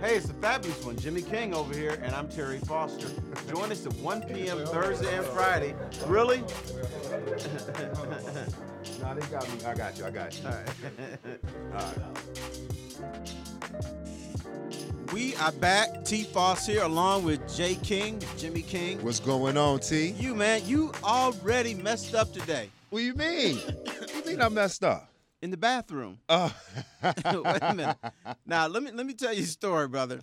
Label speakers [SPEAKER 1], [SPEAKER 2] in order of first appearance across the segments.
[SPEAKER 1] Hey, it's the fabulous one, Jimmy King over here, and I'm Terry Foster. Join us at 1 p.m. Thursday and Friday. Really?
[SPEAKER 2] No, they got me. I got you. I got you.
[SPEAKER 1] All right. We are back. T Foss here, along with Jay King, Jimmy King.
[SPEAKER 2] What's going on, T?
[SPEAKER 1] You man, you already messed up today
[SPEAKER 2] What you mean? you mean I messed up?
[SPEAKER 1] in the bathroom.
[SPEAKER 2] Oh.
[SPEAKER 1] Wait a minute. Now let me let me tell you a story, brother.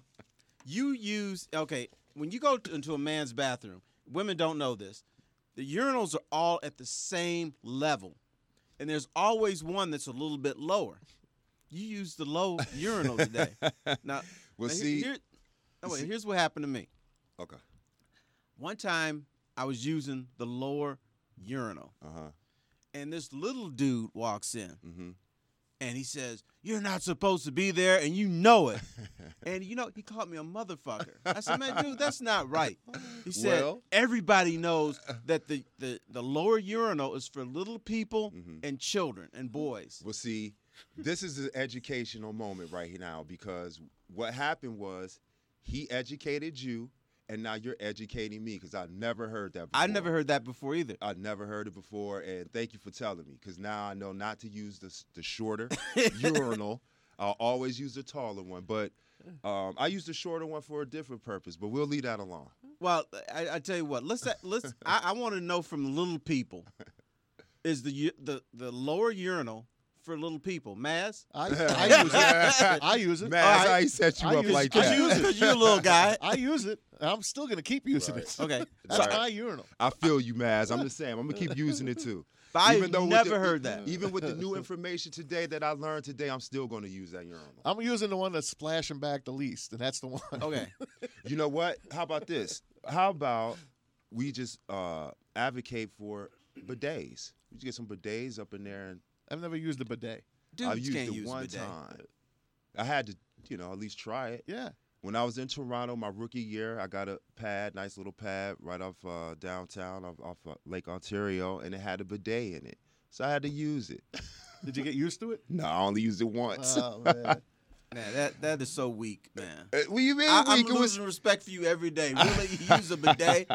[SPEAKER 1] You use okay when you go to, into a man's bathroom. Women don't know this. The urinals are all at the same level, and there's always one that's a little bit lower. You used the low urinal today. Now,
[SPEAKER 2] Well,
[SPEAKER 1] now, here-
[SPEAKER 2] see-
[SPEAKER 1] here- now, wait,
[SPEAKER 2] see-
[SPEAKER 1] here's what happened to me.
[SPEAKER 2] Okay.
[SPEAKER 1] One time, I was using the lower urinal,
[SPEAKER 2] Uh huh.
[SPEAKER 1] and this little dude walks in.
[SPEAKER 2] Mm-hmm.
[SPEAKER 1] and he says, "You're not supposed to be there, and you know it." and you know, he called me a motherfucker. I said, "Man, dude, that's not right." He said,
[SPEAKER 2] Well-
[SPEAKER 1] "Everybody knows that the, the the lower urinal is for little people
[SPEAKER 2] Mhm.
[SPEAKER 1] and children and boys."
[SPEAKER 2] Well, see, this is an educational moment right here now because what happened was he educated you, and now you're educating me because I never heard that. before.
[SPEAKER 1] I never heard that before either.
[SPEAKER 2] I never heard it before, and thank you for telling me because now I know not to use the s- the shorter urinal. I'll always use the taller one, but um, I use the shorter one for a different purpose. But we'll leave that alone.
[SPEAKER 1] Well, I, I tell you what, let's let's. I, I want to know from little people, is the u- the the lower urinal for little people, Maz?
[SPEAKER 3] I, I use it. I use it.
[SPEAKER 2] Man, that's how he set you
[SPEAKER 3] I
[SPEAKER 2] up
[SPEAKER 3] use-
[SPEAKER 2] like
[SPEAKER 3] I
[SPEAKER 1] Cause
[SPEAKER 2] that.
[SPEAKER 1] you, cause you a little guy.
[SPEAKER 3] I use it. and I'm still gonna keep using it.
[SPEAKER 1] Okay,
[SPEAKER 3] That's
[SPEAKER 2] Right.
[SPEAKER 3] my urinal.
[SPEAKER 2] I feel you, Maz. I'm the same. I'm gonna keep using it too.
[SPEAKER 1] but I
[SPEAKER 2] Even though with
[SPEAKER 1] never
[SPEAKER 2] the-
[SPEAKER 1] heard that.
[SPEAKER 2] Even with the new information today that I learned today, I'm still going to use that urinal.
[SPEAKER 3] I'm using the one that's splashing back the least, and that's the one.
[SPEAKER 1] Okay.
[SPEAKER 2] You know what? How about this? How about we just uh, advocate for bidets? We just get some bidets up in there, and
[SPEAKER 3] I've never used a bidet.
[SPEAKER 1] Dudes
[SPEAKER 2] I used
[SPEAKER 1] can't
[SPEAKER 2] it
[SPEAKER 1] use
[SPEAKER 2] one
[SPEAKER 1] bidet.
[SPEAKER 2] time. I had to, you know, at least try it.
[SPEAKER 3] Yeah.
[SPEAKER 2] When I was in Toronto, my rookie year, I got a pad, nice little pad, right off uh, downtown, off, off uh, Lake Ontario, and it had a bidet in it. So I had to use it.
[SPEAKER 3] Did you get used to it?
[SPEAKER 2] no, I only used it once.
[SPEAKER 3] Oh man.
[SPEAKER 1] Man, that that is so weak, man.
[SPEAKER 2] Uh, what do you mean?
[SPEAKER 1] I, I'm
[SPEAKER 2] Weak? It
[SPEAKER 1] losing
[SPEAKER 2] was-
[SPEAKER 1] respect for you every day. Really, you use a bidet,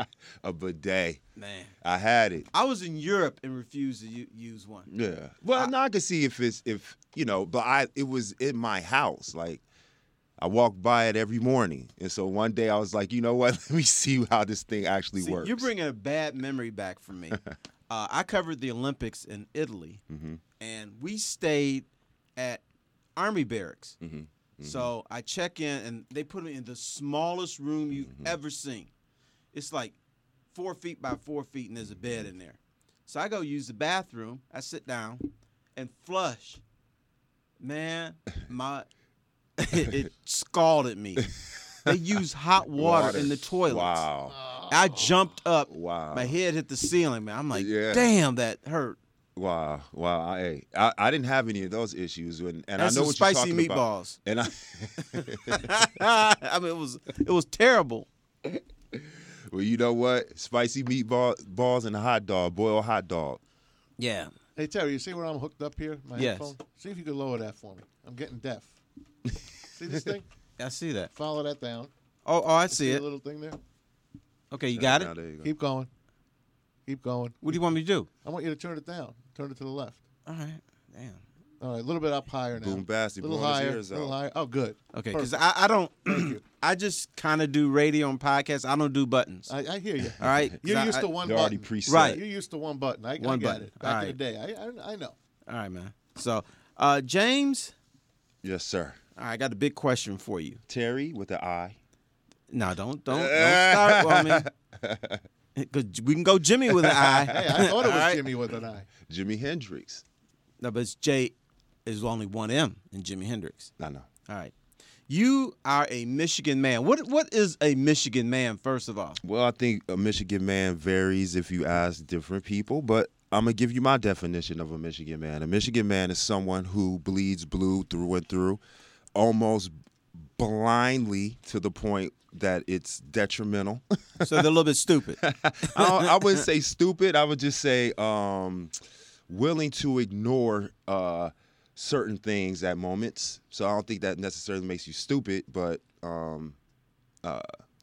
[SPEAKER 2] a bidet.
[SPEAKER 1] man.
[SPEAKER 2] I had it.
[SPEAKER 1] I was in Europe and refused to u- use one.
[SPEAKER 2] Yeah. Well,
[SPEAKER 1] I-
[SPEAKER 2] no, I could see if it's if you know, but I it was in my house. Like I walked by it every morning, and so one day I was like, you know what? Let me see how this thing actually
[SPEAKER 1] See,
[SPEAKER 2] works.
[SPEAKER 1] you're bringing a bad memory back for me. uh, I covered the Olympics in Italy,
[SPEAKER 2] Mhm.
[SPEAKER 1] and we stayed at Army barracks.
[SPEAKER 2] Mhm,
[SPEAKER 1] So I check in, and they put me in the smallest room you've
[SPEAKER 2] Mm-hmm.
[SPEAKER 1] ever seen. It's like four feet by four feet, and there's a bed
[SPEAKER 2] Mm-hmm.
[SPEAKER 1] in there. So I go use the bathroom. I sit down and flush. Man, my it, it scalded me. They use hot water, in the toilets. Uh,
[SPEAKER 2] Wow.
[SPEAKER 1] I jumped up.
[SPEAKER 2] Wow.
[SPEAKER 1] My head hit the ceiling, man. I'm like,
[SPEAKER 2] Yeah.
[SPEAKER 1] damn, that hurt.
[SPEAKER 2] Wow. Wow. I, hey, I I didn't have any of those issues, and
[SPEAKER 1] That's
[SPEAKER 2] and I know
[SPEAKER 1] some
[SPEAKER 2] what
[SPEAKER 1] spicy
[SPEAKER 2] you're talking about.
[SPEAKER 1] meatballs.
[SPEAKER 2] And I,
[SPEAKER 1] I mean, it was it was terrible.
[SPEAKER 2] well, you know what? Spicy meatball balls and a hot dog, boiled hot dog.
[SPEAKER 1] Yeah.
[SPEAKER 3] Hey Terry, you see where I'm hooked up here? My
[SPEAKER 1] Yes.
[SPEAKER 3] headphone. See if you could lower that for me. I'm getting deaf. see this thing?
[SPEAKER 1] I see that.
[SPEAKER 3] Follow that down.
[SPEAKER 1] Oh, oh, I see
[SPEAKER 3] a
[SPEAKER 1] it.
[SPEAKER 3] little thing there.
[SPEAKER 1] Okay, you got
[SPEAKER 2] Now,
[SPEAKER 1] it.
[SPEAKER 2] there you go.
[SPEAKER 3] Keep going. Keep going.
[SPEAKER 1] What do you want me to do?
[SPEAKER 3] I want you to turn it down. Turn it to the left.
[SPEAKER 1] All right. Damn.
[SPEAKER 3] All right, a little bit up higher now.
[SPEAKER 2] Boom, basti,
[SPEAKER 3] A little
[SPEAKER 2] blowing his
[SPEAKER 3] higher.
[SPEAKER 2] ears
[SPEAKER 3] little
[SPEAKER 2] out.
[SPEAKER 3] higher. Oh, good.
[SPEAKER 1] Okay,
[SPEAKER 3] Perfect.
[SPEAKER 1] because I, I don't.
[SPEAKER 3] you.
[SPEAKER 1] I just kind of do radio and podcasts. I don't do buttons.
[SPEAKER 3] I, I hear you.
[SPEAKER 1] all right. 'Cause
[SPEAKER 3] You're
[SPEAKER 1] I-
[SPEAKER 3] used
[SPEAKER 1] I-
[SPEAKER 3] to one
[SPEAKER 2] They're already
[SPEAKER 3] button.
[SPEAKER 2] preset.
[SPEAKER 1] Right.
[SPEAKER 3] You're used to one button. I, I
[SPEAKER 1] One
[SPEAKER 3] get
[SPEAKER 1] button.
[SPEAKER 3] it. Back
[SPEAKER 1] All
[SPEAKER 3] in the day, I, I, I know.
[SPEAKER 1] All right, man. So, uh, James,
[SPEAKER 2] Yes, sir.
[SPEAKER 1] all right, I got a big question for you.
[SPEAKER 2] Terry with the eye.
[SPEAKER 1] No, don't don't don't start on me. Because we can go Jimmy with an I.
[SPEAKER 3] Hey, I thought it was
[SPEAKER 1] All right?
[SPEAKER 3] Jimmy with an eye.
[SPEAKER 2] Jimi Hendrix.
[SPEAKER 1] No, but it's J. There's only one M in Jimi Hendrix.
[SPEAKER 2] I know.
[SPEAKER 1] All right. You are a Michigan man. What what is a Michigan man? First of all,
[SPEAKER 2] Well, I think a Michigan man varies if you ask different people, but I'm going to give you my definition of a Michigan man. A Michigan man is someone who bleeds blue through and through, almost blindly to the point that it's detrimental.
[SPEAKER 1] so they're a little bit stupid.
[SPEAKER 2] I, don't- I wouldn't say stupid, I would just say um, willing to ignore uh, certain things at moments. So I don't think that necessarily makes you stupid, but um, uh,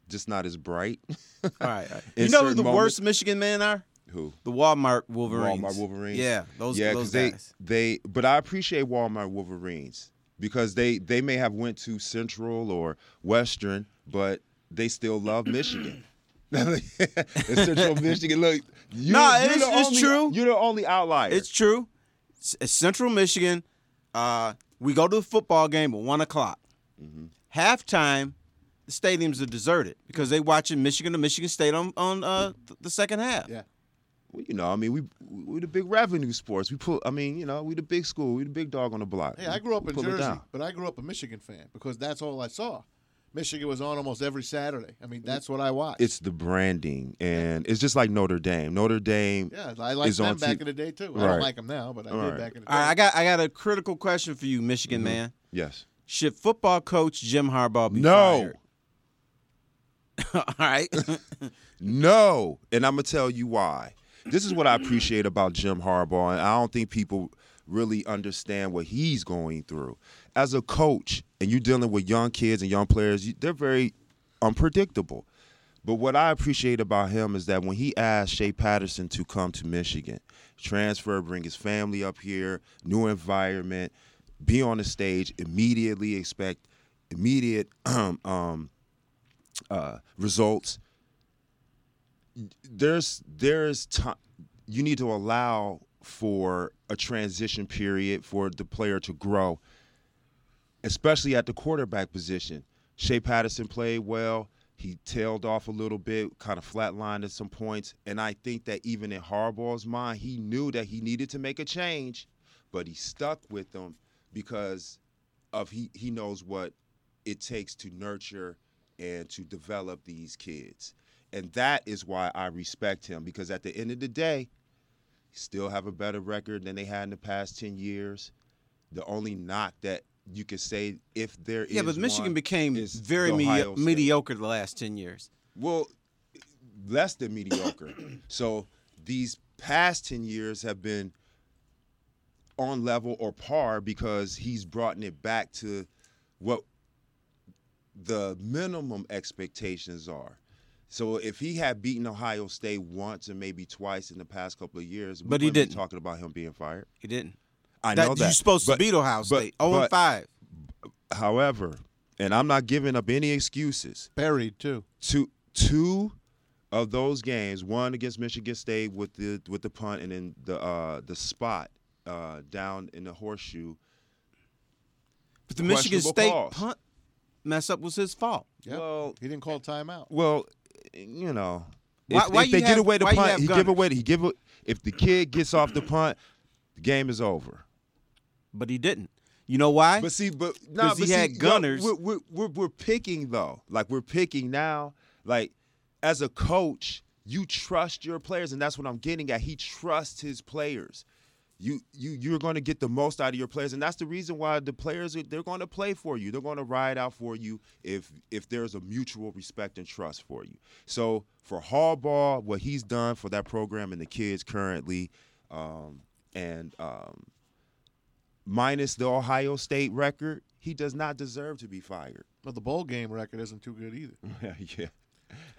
[SPEAKER 2] just not as bright.
[SPEAKER 1] All right. all right.
[SPEAKER 2] In
[SPEAKER 1] You know who
[SPEAKER 2] certain
[SPEAKER 1] the
[SPEAKER 2] moments-
[SPEAKER 1] worst Michigan men are?
[SPEAKER 2] Who?
[SPEAKER 1] The Walmart Wolverines.
[SPEAKER 2] Walmart Wolverines.
[SPEAKER 1] Yeah, those
[SPEAKER 2] yeah,
[SPEAKER 1] those
[SPEAKER 2] 'cause they
[SPEAKER 1] guys.
[SPEAKER 2] they. But I appreciate Walmart Wolverines because they they may have went to Central or Western, but they still love Michigan. In Central Michigan, look, you,
[SPEAKER 1] Nah,
[SPEAKER 2] you're
[SPEAKER 1] it's-
[SPEAKER 2] the
[SPEAKER 1] it's
[SPEAKER 2] only,
[SPEAKER 1] true.
[SPEAKER 2] You're the only outlier.
[SPEAKER 1] It's true. S- it's Central Michigan. Uh, we go to the football game at one o'clock.
[SPEAKER 2] Mm-hmm.
[SPEAKER 1] Halftime, the stadiums are deserted because they watching Michigan to Michigan State on on uh, th- the second half.
[SPEAKER 3] Yeah.
[SPEAKER 2] Well, you know, I mean, we we the big revenue sports. We pull. I mean, you know, we the big school. We the big dog on the block.
[SPEAKER 3] Hey, I grew up
[SPEAKER 2] We
[SPEAKER 3] in
[SPEAKER 2] pull it
[SPEAKER 3] Jersey,
[SPEAKER 2] down.
[SPEAKER 3] but I grew up a Michigan fan because that's all I saw. Michigan was on almost every Saturday. I mean, that's what I watched.
[SPEAKER 2] It's the branding, and it's just like Notre Dame. Notre Dame.
[SPEAKER 3] yeah, I liked
[SPEAKER 2] it's
[SPEAKER 3] them
[SPEAKER 2] on
[SPEAKER 3] back
[SPEAKER 2] TV.
[SPEAKER 3] in the day too. I
[SPEAKER 2] Right.
[SPEAKER 3] don't like them now, but I
[SPEAKER 2] All
[SPEAKER 3] did
[SPEAKER 2] right.
[SPEAKER 3] back in the day.
[SPEAKER 1] All right, I got I got a critical question for you,
[SPEAKER 2] Mm-hmm.
[SPEAKER 1] Michigan man.
[SPEAKER 2] Yes.
[SPEAKER 1] Should football coach Jim Harbaugh be
[SPEAKER 2] No.
[SPEAKER 1] fired? All right.
[SPEAKER 2] No. And I'm gonna tell you why. This is what I appreciate about Jim Harbaugh, and I don't think people really understand what he's going through. As a coach, and you're dealing with young kids and young players, you, they're very unpredictable. But what I appreciate about him is that when he asked Shea Patterson to come to Michigan, transfer, bring his family up here, new environment, be on the stage, immediately expect immediate um, um, uh, results. There's there's time you need to allow for a transition period for the player to grow especially at the quarterback position. Shea Patterson played well. He tailed off a little bit, kind of flatlined at some points. And I think that even in Harbaugh's mind, he knew that he needed to make a change, but he stuck with them because of he, he knows what it takes to nurture and to develop these kids. And that is why I respect him because at the end of the day, still have a better record than they had in the past 10 years. The only knock that you could say if there is
[SPEAKER 1] yeah, but Michigan
[SPEAKER 2] one,
[SPEAKER 1] became
[SPEAKER 2] is
[SPEAKER 1] very
[SPEAKER 2] the
[SPEAKER 1] medi-
[SPEAKER 2] Ohio State.
[SPEAKER 1] mediocre the last ten years.
[SPEAKER 2] well less than mediocre. so these past 10 years have been on level or par because he's brought it back to what the minimum expectations are. So if he had beaten Ohio State once and maybe twice in the past couple of years, we
[SPEAKER 1] But he
[SPEAKER 2] wouldn't be
[SPEAKER 1] didn't.
[SPEAKER 2] talking about him being fired.
[SPEAKER 1] He didn't.
[SPEAKER 2] I
[SPEAKER 1] That-
[SPEAKER 2] know that
[SPEAKER 1] you're supposed
[SPEAKER 2] but-
[SPEAKER 1] to beat Ohio
[SPEAKER 2] but-
[SPEAKER 1] State. Oh and
[SPEAKER 2] but-
[SPEAKER 1] five.
[SPEAKER 2] However, and I'm not giving up any excuses.
[SPEAKER 3] Buried too.
[SPEAKER 2] two two of those games, one against Michigan State with the with the punt and then the uh, the spot uh, down in the horseshoe.
[SPEAKER 1] But the Michigan
[SPEAKER 2] questionable
[SPEAKER 1] State
[SPEAKER 2] calls.
[SPEAKER 1] punt mess up was his fault.
[SPEAKER 3] Yep.
[SPEAKER 2] Well-
[SPEAKER 3] he didn't call timeout.
[SPEAKER 2] Well, you know,
[SPEAKER 1] Why-
[SPEAKER 2] if,
[SPEAKER 1] why
[SPEAKER 2] if
[SPEAKER 1] you
[SPEAKER 2] they
[SPEAKER 1] have-
[SPEAKER 2] get away the
[SPEAKER 1] why you
[SPEAKER 2] punt,
[SPEAKER 1] have
[SPEAKER 2] he give
[SPEAKER 1] gunners?
[SPEAKER 2] away he give a, if the kid gets off the punt, the game is over.
[SPEAKER 1] But he didn't. You know why?
[SPEAKER 2] But see, but nah,
[SPEAKER 1] 'Cause he
[SPEAKER 2] but see,
[SPEAKER 1] had
[SPEAKER 2] yo,
[SPEAKER 1] gunners.
[SPEAKER 2] we're, we're, we're, we're picking though. Like we're picking now. Like as a coach, you trust your players, and that's what I'm getting at. He trusts his players. You you you're going to get the most out of your players, and that's the reason why the players are, they're going to play for you. They're going to ride out for you if if there's a mutual respect and trust for you. So for Harbaugh, what he's done for that program and the kids currently, um, and um, minus the Ohio State record, he does not deserve to be fired.
[SPEAKER 3] But the bowl game record isn't too good either.
[SPEAKER 2] yeah.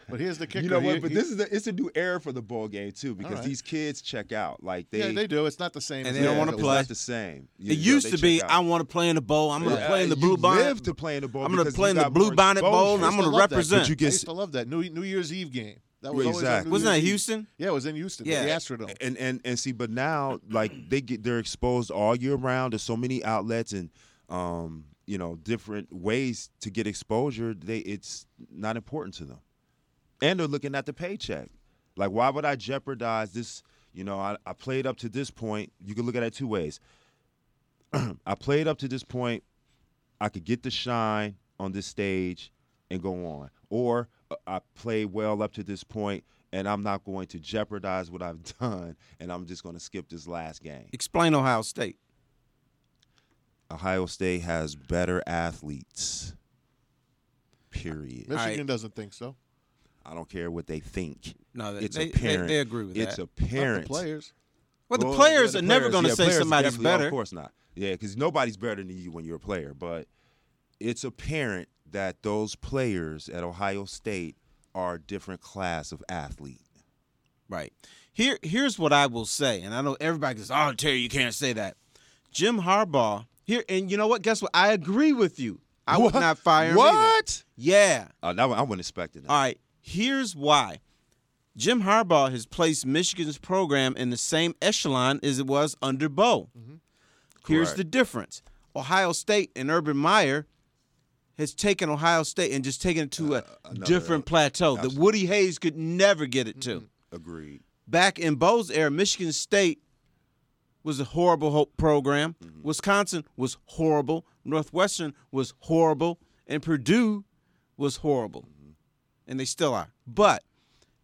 [SPEAKER 3] But here's the kicker.
[SPEAKER 2] You know
[SPEAKER 3] He-
[SPEAKER 2] what? But
[SPEAKER 3] he-
[SPEAKER 2] this is a, it's a new era for the bowl game too because
[SPEAKER 3] right.
[SPEAKER 2] these kids check out like they
[SPEAKER 3] yeah, they do. It's not the same.
[SPEAKER 1] And
[SPEAKER 3] as
[SPEAKER 1] they don't
[SPEAKER 3] the
[SPEAKER 1] wanna
[SPEAKER 3] NFL.
[SPEAKER 2] it's
[SPEAKER 1] play.
[SPEAKER 2] not the same. You
[SPEAKER 1] it
[SPEAKER 2] know,
[SPEAKER 1] used
[SPEAKER 2] they
[SPEAKER 1] to be,
[SPEAKER 2] check
[SPEAKER 1] I
[SPEAKER 2] out.
[SPEAKER 1] want to play in the bowl. I'm going to
[SPEAKER 2] Yeah,
[SPEAKER 1] play in the
[SPEAKER 2] you
[SPEAKER 1] blue bonnet.
[SPEAKER 2] live to play in the bowl.
[SPEAKER 1] I'm going to
[SPEAKER 2] because
[SPEAKER 1] play
[SPEAKER 2] you
[SPEAKER 1] in the
[SPEAKER 2] got
[SPEAKER 1] blue
[SPEAKER 2] more
[SPEAKER 1] bonnet bowl, and
[SPEAKER 2] exposure.
[SPEAKER 1] I'm going
[SPEAKER 3] I
[SPEAKER 1] to
[SPEAKER 3] love that.
[SPEAKER 1] represent.
[SPEAKER 2] But you
[SPEAKER 3] I
[SPEAKER 2] get
[SPEAKER 3] used to love that New New Year's Eve game. That was always on
[SPEAKER 2] Exactly.
[SPEAKER 3] New
[SPEAKER 1] Wasn't that
[SPEAKER 3] Year's Eve.
[SPEAKER 1] Houston?
[SPEAKER 3] Yeah, it was in Houston.
[SPEAKER 1] Yeah.
[SPEAKER 3] the Astrodome.
[SPEAKER 2] and and and see but now like they get they're exposed all year round to so many outlets and um you know different ways to get exposure they it's not important to them and they're looking at the paycheck like why would i jeopardize this you know i, I played up to this point you can look at it two ways i played up to this point i could get the shine on this stage and go on or uh, i played well up to this point and i'm not going to jeopardize what i've done and i'm just going to skip this last game
[SPEAKER 1] Explain Ohio State.
[SPEAKER 2] ohio state has better athletes period
[SPEAKER 1] right.
[SPEAKER 3] Michigan doesn't think so.
[SPEAKER 2] i don't care what they think
[SPEAKER 1] No, they,
[SPEAKER 2] it's
[SPEAKER 1] they, they,
[SPEAKER 2] apparent
[SPEAKER 1] they agree with
[SPEAKER 2] it's
[SPEAKER 1] that.
[SPEAKER 2] apparent
[SPEAKER 3] Not the players.
[SPEAKER 1] well, the
[SPEAKER 2] Well,
[SPEAKER 1] players
[SPEAKER 2] yeah,
[SPEAKER 1] are
[SPEAKER 2] the
[SPEAKER 1] never
[SPEAKER 2] players,
[SPEAKER 1] going to
[SPEAKER 2] yeah,
[SPEAKER 1] say
[SPEAKER 2] players
[SPEAKER 1] somebody's
[SPEAKER 2] definitely-
[SPEAKER 1] better.
[SPEAKER 2] Of course not. Yeah, because nobody's better than you when you're a player, but it's apparent that those players at Ohio State are a different class of athlete.
[SPEAKER 1] Right. Here here's what I will say, and I know everybody goes, Oh Terry, you can't say that. Jim Harbaugh, here and you know what? Guess what? I agree with you. I would
[SPEAKER 2] What?
[SPEAKER 1] not fire him. either. Uh,
[SPEAKER 2] What?
[SPEAKER 1] Yeah.
[SPEAKER 2] Oh, that one, I wasn't expecting that.
[SPEAKER 1] All right. Here's why. Jim Harbaugh has placed Michigan's program in the same echelon as it was under Bo. Here's
[SPEAKER 2] Mm-hmm. Correct.
[SPEAKER 1] the difference. Ohio State and Urban Meyer has taken Ohio State and just taken it to a
[SPEAKER 2] Uh, another- Mm-hmm.
[SPEAKER 1] different plateau that Woody Hayes could never get it to
[SPEAKER 2] Agreed.
[SPEAKER 1] back in Bo's era, Michigan State was a horrible ho- program. Wisconsin was horrible. Northwestern was horrible. And Purdue was horrible. And they still are. But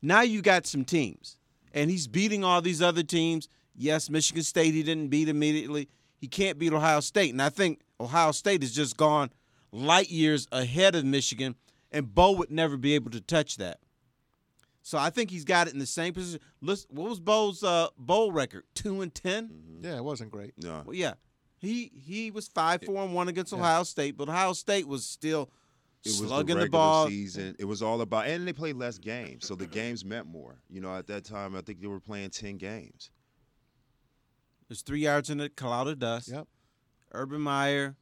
[SPEAKER 1] now you got some teams. And he's beating all these other teams. Yes, Michigan State he didn't beat immediately. He can't beat Ohio State. And I think Ohio State has just gone light years ahead of Michigan. And Bo would never be able to touch that. So I think he's got it in the same position. Listen, what was Bo's uh, bowl record? Two and 10
[SPEAKER 2] Mm-hmm.
[SPEAKER 3] Yeah, it wasn't great.
[SPEAKER 2] No.
[SPEAKER 1] Well, yeah, he he was five four and one against Ohio State, but Ohio State was still
[SPEAKER 2] It was
[SPEAKER 1] slugging the,
[SPEAKER 2] the, regular
[SPEAKER 1] ball.
[SPEAKER 2] season. It was all about, and they played less games, so the games meant more. You know, at that time, I think they were playing ten games.
[SPEAKER 1] There's three yards in a cloud of dust.
[SPEAKER 3] Yep.
[SPEAKER 1] Urban Meyer,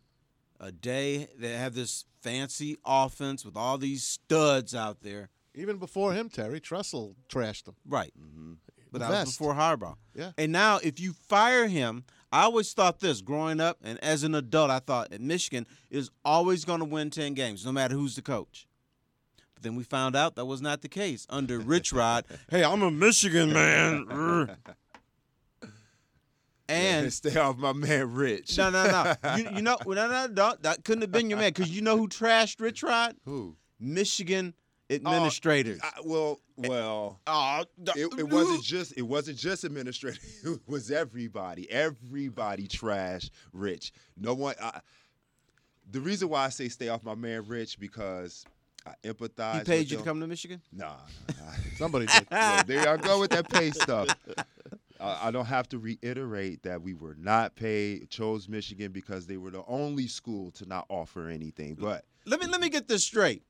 [SPEAKER 1] a day they have this fancy offense with all these studs out there.
[SPEAKER 3] Even before him, Terry Trussell trashed him.
[SPEAKER 1] Right. But
[SPEAKER 3] Mm-hmm. The
[SPEAKER 1] that was
[SPEAKER 3] vest.
[SPEAKER 1] before Harbaugh.
[SPEAKER 3] Yeah.
[SPEAKER 1] And now, if you fire him, I always thought this growing up and as an adult, I thought that Michigan is always going to win 10 games, no matter who's the coach. But then we found out that was not the case under Rich Rod. hey, I'm a Michigan man. Urgh.
[SPEAKER 2] Yeah,
[SPEAKER 1] and.
[SPEAKER 2] stay off my man, Rich.
[SPEAKER 1] No, no, no. You, you know, no, no, no, that couldn't have been your man because you know who trashed Rich Rod?
[SPEAKER 2] Who?
[SPEAKER 1] Michigan
[SPEAKER 3] Oh,
[SPEAKER 1] administrators.
[SPEAKER 2] I, well, well.
[SPEAKER 1] Aw, d-
[SPEAKER 2] It, it wasn't just it wasn't just administrators. It was everybody. Everybody trash Rich. No one. I, the reason why I say stay off my man Rich because I empathize.
[SPEAKER 1] He
[SPEAKER 2] with
[SPEAKER 1] paid you
[SPEAKER 2] them.
[SPEAKER 1] to come to Michigan?
[SPEAKER 2] Nah, nah, nah.
[SPEAKER 3] Somebody did.
[SPEAKER 2] Look, there y'all go with that pay stuff. I, I don't have to reiterate that we were not paid. Chose Michigan because they were the only school to not offer anything. But
[SPEAKER 1] let me let me get this straight.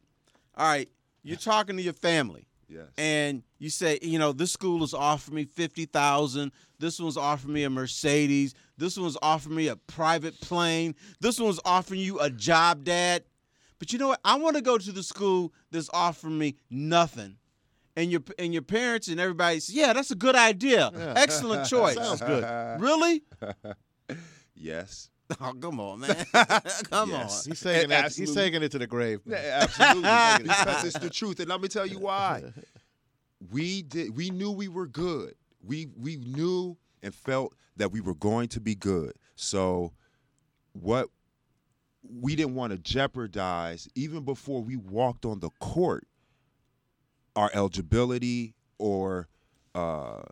[SPEAKER 1] All right, you're talking to your family,
[SPEAKER 2] yes,
[SPEAKER 1] and you say, you know, this school is offering me fifty thousand. This one's offering me a Mercedes. This one's offering me a private plane. This one's offering you a job, Dad. But you know what? I want to go to the school that's offering me nothing. And your and your parents and everybody says, yeah, that's a good idea.
[SPEAKER 3] Yeah.
[SPEAKER 1] Excellent choice.
[SPEAKER 3] Sounds good.
[SPEAKER 1] Really?
[SPEAKER 2] yes.
[SPEAKER 1] Oh, come on, man. come
[SPEAKER 2] Yes.
[SPEAKER 1] on.
[SPEAKER 3] He's taking
[SPEAKER 2] Yeah,
[SPEAKER 3] it. He's
[SPEAKER 2] absolutely.
[SPEAKER 3] taking it to the grave.
[SPEAKER 2] Yeah, absolutely, because it's the truth, and let me tell you why. We did. We knew we were good. We we knew and felt that we were going to be good. So, what we didn't want to jeopardize, even before we walked on the court, our eligibility or uh,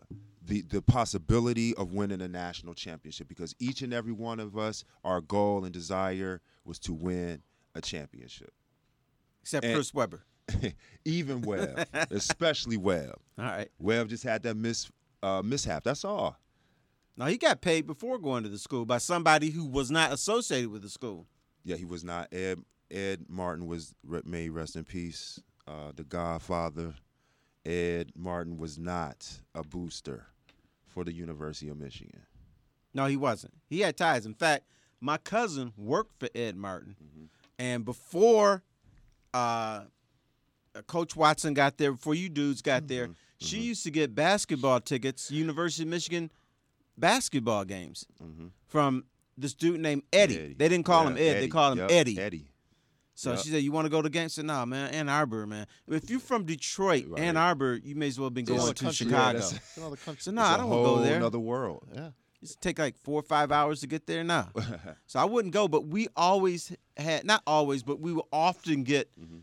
[SPEAKER 2] the the possibility of winning a national championship, because each and every one of us, our goal and desire was to win a championship
[SPEAKER 1] Except
[SPEAKER 2] And-
[SPEAKER 1] Chris Webber.
[SPEAKER 2] even Webb, especially Webb.
[SPEAKER 1] All right.
[SPEAKER 2] Webb just had that mis- uh, mishap. That's all.
[SPEAKER 1] Now he got paid before going to the school by somebody who was not associated with the school.
[SPEAKER 2] Yeah, he was not. Ed Ed Martin was re- may he rest in peace. Uh, the Godfather. Ed Martin was not a booster for the University of Michigan.
[SPEAKER 1] No, he wasn't. He had ties. In fact, my cousin worked for Ed Martin, and before uh, Coach Watson got there, before you dudes got there, she used to get basketball tickets, University of Michigan basketball games, from this dude named Mm-hmm. Eddie. They didn't call
[SPEAKER 2] Yeah,
[SPEAKER 1] him Ed; they called him
[SPEAKER 2] Yep,
[SPEAKER 1] Eddie.
[SPEAKER 2] Eddie.
[SPEAKER 1] So
[SPEAKER 2] Yep.
[SPEAKER 1] she said, "You want to go to games?" I said, "Nah, man, Ann Arbor, man. If you're from Detroit,
[SPEAKER 2] Right.
[SPEAKER 1] Ann Arbor, you may as well have been
[SPEAKER 3] It's another
[SPEAKER 1] going to
[SPEAKER 3] country.
[SPEAKER 1] Chicago."
[SPEAKER 2] that's-
[SPEAKER 3] It's another country.
[SPEAKER 1] So no, I don't want to
[SPEAKER 2] Whole
[SPEAKER 1] go there.
[SPEAKER 2] another world.
[SPEAKER 3] Yeah.
[SPEAKER 1] It's take like four or five hours to get there now. so I wouldn't go, but we always had not always, but we would often get
[SPEAKER 2] Mm-hmm.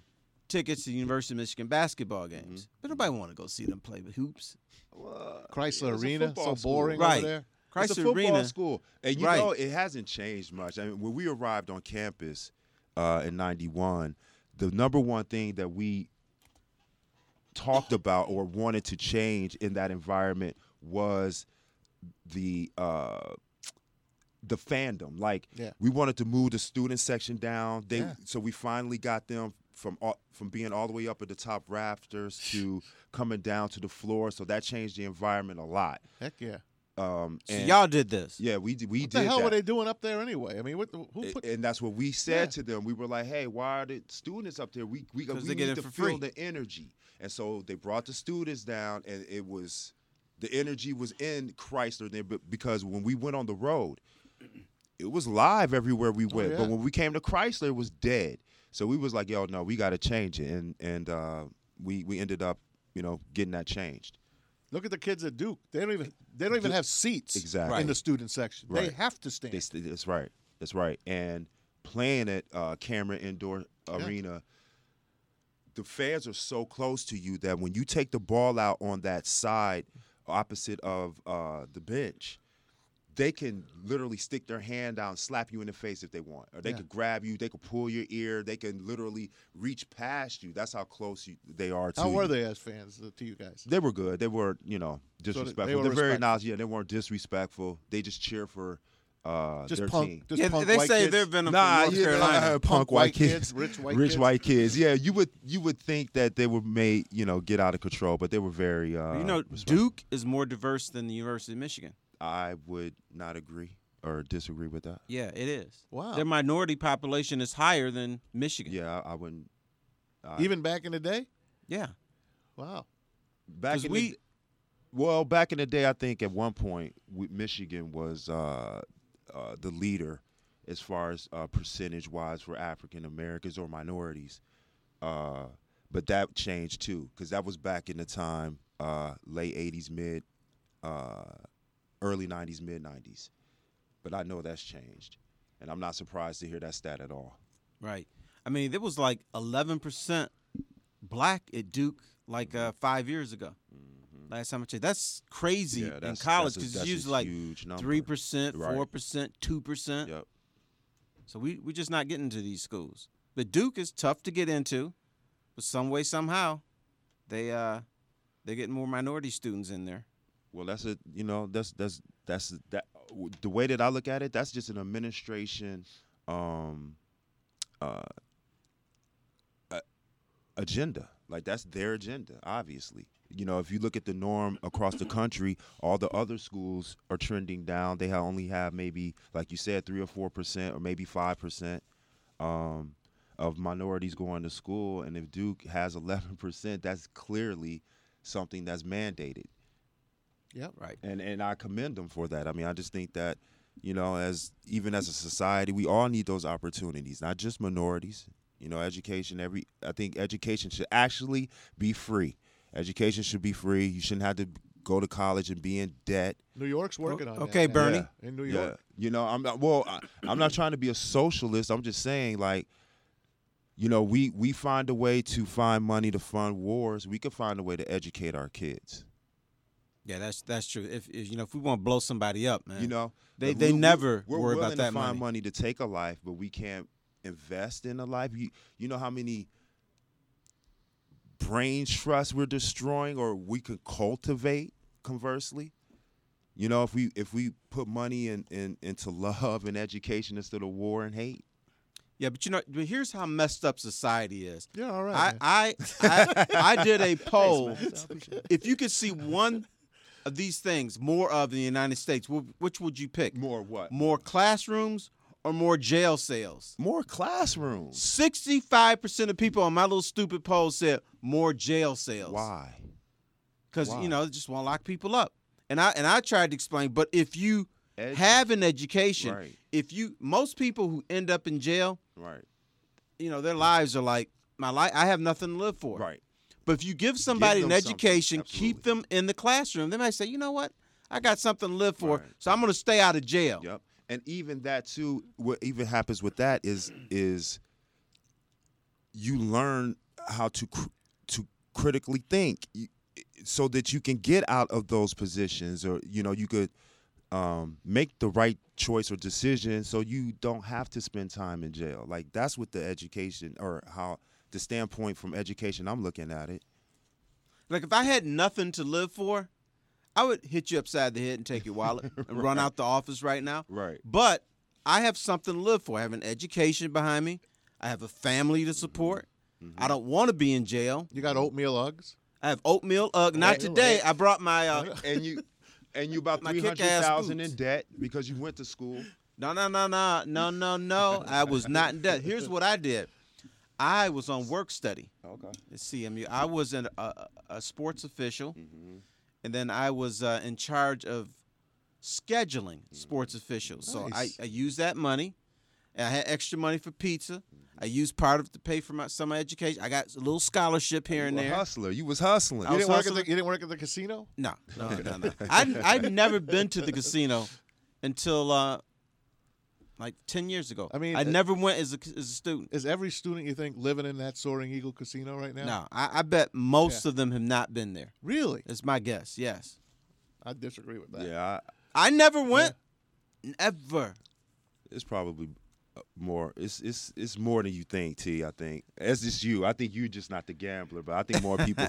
[SPEAKER 1] tickets to University of Michigan basketball games. But nobody want to go see them play with hoops.
[SPEAKER 3] Chrysler
[SPEAKER 2] It's a
[SPEAKER 3] Arena,
[SPEAKER 2] football
[SPEAKER 3] so
[SPEAKER 2] school.
[SPEAKER 3] boring
[SPEAKER 1] Right.
[SPEAKER 3] over there.
[SPEAKER 2] it's a
[SPEAKER 1] Chrysler
[SPEAKER 2] football
[SPEAKER 1] Arena.
[SPEAKER 2] school, and you
[SPEAKER 1] Right.
[SPEAKER 2] know it hasn't changed much. I mean, when we arrived on campus uh, in '91, the number one thing that we talked about or wanted to change in that environment was the uh, the fandom. Like
[SPEAKER 3] Yeah.
[SPEAKER 2] we wanted to move the student section down. They
[SPEAKER 3] Yeah.
[SPEAKER 2] so we finally got them from all, from being all the way up at the top rafters to coming down to the floor. So that changed the environment a lot.
[SPEAKER 3] Heck yeah.
[SPEAKER 2] Um,
[SPEAKER 1] So
[SPEAKER 2] and-
[SPEAKER 1] y'all did this.
[SPEAKER 2] yeah, we did. We
[SPEAKER 3] What
[SPEAKER 2] did
[SPEAKER 3] the hell
[SPEAKER 2] that.
[SPEAKER 3] were they doing up there anyway? I mean, what, who
[SPEAKER 2] A-
[SPEAKER 3] put?
[SPEAKER 2] and that's what we said
[SPEAKER 3] Yeah.
[SPEAKER 2] to them. We were like, "Hey, why are the students up there? We we, uh,
[SPEAKER 1] 'Cause
[SPEAKER 2] we
[SPEAKER 1] they get
[SPEAKER 2] need
[SPEAKER 1] it
[SPEAKER 2] to
[SPEAKER 1] for
[SPEAKER 2] feel
[SPEAKER 1] free.
[SPEAKER 2] the energy." And so they brought the students down, and it was the energy was in Chrysler then, but because when we went on the road, it was live everywhere we went.
[SPEAKER 3] Oh, yeah.
[SPEAKER 2] But when we came to Chrysler, it was dead. So we was like, "Yo, no, we got to change it," and and uh, we we ended up, you know, getting that changed.
[SPEAKER 3] look at the kids at Duke. They don't even. They don't even have seats.
[SPEAKER 2] Exactly.
[SPEAKER 3] In the student section,
[SPEAKER 2] Right.
[SPEAKER 3] they have to stand.
[SPEAKER 2] They, st- that's right. That's right. And playing at uh, Cameron Indoor
[SPEAKER 3] Yeah.
[SPEAKER 2] Arena, the fans are so close to you that when you take the ball out on that side opposite of uh, the bench, they can literally stick their hand down, slap you in the face if they want, or they
[SPEAKER 3] Yeah.
[SPEAKER 2] could grab you, they could pull your ear, they can literally reach past you. That's how close you, they are to
[SPEAKER 3] How
[SPEAKER 2] you.
[SPEAKER 3] were they as fans uh, to you guys?
[SPEAKER 2] They were good. They were, you know, disrespectful.
[SPEAKER 3] were
[SPEAKER 2] they are very
[SPEAKER 3] respectful.
[SPEAKER 2] nice. Yeah, they weren't disrespectful. They just cheer for uh,
[SPEAKER 3] Just
[SPEAKER 2] their
[SPEAKER 3] punk.
[SPEAKER 2] team.
[SPEAKER 3] Just
[SPEAKER 1] Yeah,
[SPEAKER 3] punk
[SPEAKER 1] they
[SPEAKER 3] white
[SPEAKER 1] say
[SPEAKER 3] kids.
[SPEAKER 1] they're venom
[SPEAKER 2] Nah,
[SPEAKER 1] from North
[SPEAKER 2] yeah,
[SPEAKER 1] Carolina.
[SPEAKER 2] uh, punk white kids,
[SPEAKER 3] rich white
[SPEAKER 2] Rich
[SPEAKER 3] kids.
[SPEAKER 2] white kids. Yeah, you would you would think that they were made, you know, get out of control, but they were very. Uh,
[SPEAKER 1] you know,
[SPEAKER 2] respect-
[SPEAKER 1] Duke is more diverse than the University of Michigan.
[SPEAKER 2] I would not agree or disagree with that.
[SPEAKER 1] Yeah, it is.
[SPEAKER 3] Wow.
[SPEAKER 1] Their minority population is higher than Michigan.
[SPEAKER 2] Yeah, I, I wouldn't. I-
[SPEAKER 3] Even back in the day.
[SPEAKER 1] Yeah.
[SPEAKER 3] Wow.
[SPEAKER 2] Back
[SPEAKER 1] 'Cause
[SPEAKER 2] in
[SPEAKER 1] we-
[SPEAKER 2] the, d- well, back in the day, I think at one point we, Michigan was uh, uh, the leader as far as uh, percentage wise for African Americans or minorities. Uh, but that changed too, because that was back in the time uh, late '80s, mid, uh, early '90s, mid '90s. But I know that's changed, and I'm not surprised to hear that stat at all.
[SPEAKER 1] Right. I mean, there was like 11% black at Duke like uh, five years ago. Last time I checked. That's crazy in college
[SPEAKER 2] Mm-hmm. that's a-
[SPEAKER 1] because
[SPEAKER 2] that's
[SPEAKER 1] it's
[SPEAKER 2] a
[SPEAKER 1] usually like
[SPEAKER 2] huge number.
[SPEAKER 1] 3%,
[SPEAKER 2] Right.
[SPEAKER 1] 4%, 2%.
[SPEAKER 2] Yep.
[SPEAKER 1] So we, we're just not getting to these schools. But Duke is tough to get into, but some way, somehow, they, uh, they're getting more minority students in there.
[SPEAKER 2] Well, that's a you know that's that's that's that the way that I look at it. That's just an administration um, uh, a- agenda. Like that's their agenda, obviously. You know, if you look at the norm across the country, all the other schools are trending down. They ha- only have maybe, like you said, three or four percent, or maybe five percent um, of minorities going to school. And if Duke has eleven percent, that's clearly something that's mandated
[SPEAKER 1] Right.
[SPEAKER 2] and and I commend them for that. I mean, I just think that you know, as even as a society, we all need those opportunities, not just minorities. You know, education. Every I think education should actually be free. Education should be free. You shouldn't have to go to college and be in debt.
[SPEAKER 3] New York's working on
[SPEAKER 1] okay,
[SPEAKER 3] that. now.
[SPEAKER 1] Bernie.
[SPEAKER 3] In New York.
[SPEAKER 2] You know, I'm not well, I, I'm not trying to be a socialist. I'm just saying like you know, we we find a way to find money to fund wars. We could find a way to educate our kids.
[SPEAKER 1] Yeah, that's that's true. If, if you know, if we want to blow somebody up, man,
[SPEAKER 2] You know,
[SPEAKER 1] They-
[SPEAKER 2] Like,
[SPEAKER 1] they never
[SPEAKER 2] we're
[SPEAKER 1] worry about
[SPEAKER 2] willing to
[SPEAKER 1] that
[SPEAKER 2] find
[SPEAKER 1] money.
[SPEAKER 2] money to take a life, but we can't invest in a life. You you know how many brain trusts we're destroying, or we could cultivate. Conversely, you know if we if we put money in, in into love and education instead of war and hate.
[SPEAKER 1] yeah, but you know, but here's how messed up society is.
[SPEAKER 3] Yeah, all right. man.
[SPEAKER 1] I, I, I, I did a poll.
[SPEAKER 3] Thanks, man.
[SPEAKER 1] if you could see one of these things more of in the United States, wh- which would you pick?
[SPEAKER 2] More what?
[SPEAKER 1] More classrooms or more jail cells?
[SPEAKER 2] More classrooms.
[SPEAKER 1] 65% of people on my little stupid poll said more jail cells.
[SPEAKER 2] Why?
[SPEAKER 1] Because,
[SPEAKER 2] Why?
[SPEAKER 1] you know, they just want to lock people up. And I, and I tried to explain, but if you
[SPEAKER 2] Edu-
[SPEAKER 1] have an education,
[SPEAKER 2] Right.
[SPEAKER 1] if you, most people who end up in jail,
[SPEAKER 2] Right.
[SPEAKER 1] you know, their lives are like, my life, I have nothing to live for.
[SPEAKER 2] Right.
[SPEAKER 1] But if you give somebody
[SPEAKER 2] them
[SPEAKER 1] an
[SPEAKER 2] something,
[SPEAKER 1] education, keep
[SPEAKER 2] absolutely.
[SPEAKER 1] them in the classroom, they might say, you know what? I got something to live for,
[SPEAKER 2] Right.
[SPEAKER 1] so I'm going to stay out of jail.
[SPEAKER 2] Yep. And even that too, what even happens with that is is you learn how to cr- to critically think, you, so that you can get out of those positions, or you know you could um, make the right choice or decision, so you don't have to spend time in jail. Like that's what the education or how the standpoint from education I'm looking at it.
[SPEAKER 1] Like if I had nothing to live for, I would hit you upside the head and take your wallet and run out the office right now.
[SPEAKER 2] Right.
[SPEAKER 1] But I have something to live for. I have an education behind me. I have a family to support.
[SPEAKER 2] Mm-hmm.
[SPEAKER 1] I don't want to be in jail.
[SPEAKER 3] You got oatmeal Uggs?
[SPEAKER 1] I have oatmeal. Ugh, not
[SPEAKER 2] Right.
[SPEAKER 1] today. I brought my. Uh,
[SPEAKER 2] And you and you about
[SPEAKER 1] My
[SPEAKER 2] three
[SPEAKER 1] kick-ass
[SPEAKER 2] hundred thousand
[SPEAKER 1] boots.
[SPEAKER 2] in debt because you went to school.
[SPEAKER 1] no, no, no, no, no, no, no. I was not in debt. Here's what I did. I was on work study
[SPEAKER 2] Okay.
[SPEAKER 1] at CMU. I was an, a, a sports official,
[SPEAKER 2] Mhm.
[SPEAKER 1] and then I was uh, in charge of scheduling sports officials. So I,
[SPEAKER 3] Mm. Nice.
[SPEAKER 1] I used that money. and I had extra money for pizza. I used part of it to pay for my some of my education. I got a little scholarship here and
[SPEAKER 2] You a
[SPEAKER 1] there.
[SPEAKER 2] hustler. You was hustling.
[SPEAKER 1] I
[SPEAKER 3] You
[SPEAKER 1] was
[SPEAKER 3] didn't, work at the,
[SPEAKER 1] hustling.
[SPEAKER 3] you didn't work at the casino?
[SPEAKER 1] No, no, no, no. I, I've never been to the casino until uh, like 10 years ago.
[SPEAKER 3] I mean,
[SPEAKER 1] I
[SPEAKER 3] uh,
[SPEAKER 1] never went as a, as a student.
[SPEAKER 3] Is every student you think living in that Soaring Eagle casino right now?
[SPEAKER 1] No, I, I bet most of them have not been there.
[SPEAKER 3] Really?
[SPEAKER 1] It's my guess, yes.
[SPEAKER 3] I disagree with that.
[SPEAKER 2] yeah, I,
[SPEAKER 1] I never went. Never.
[SPEAKER 2] it's probably uh, more. It's it's it's more than you think, T. I think as just you. I think you're just not the gambler, but I think more people.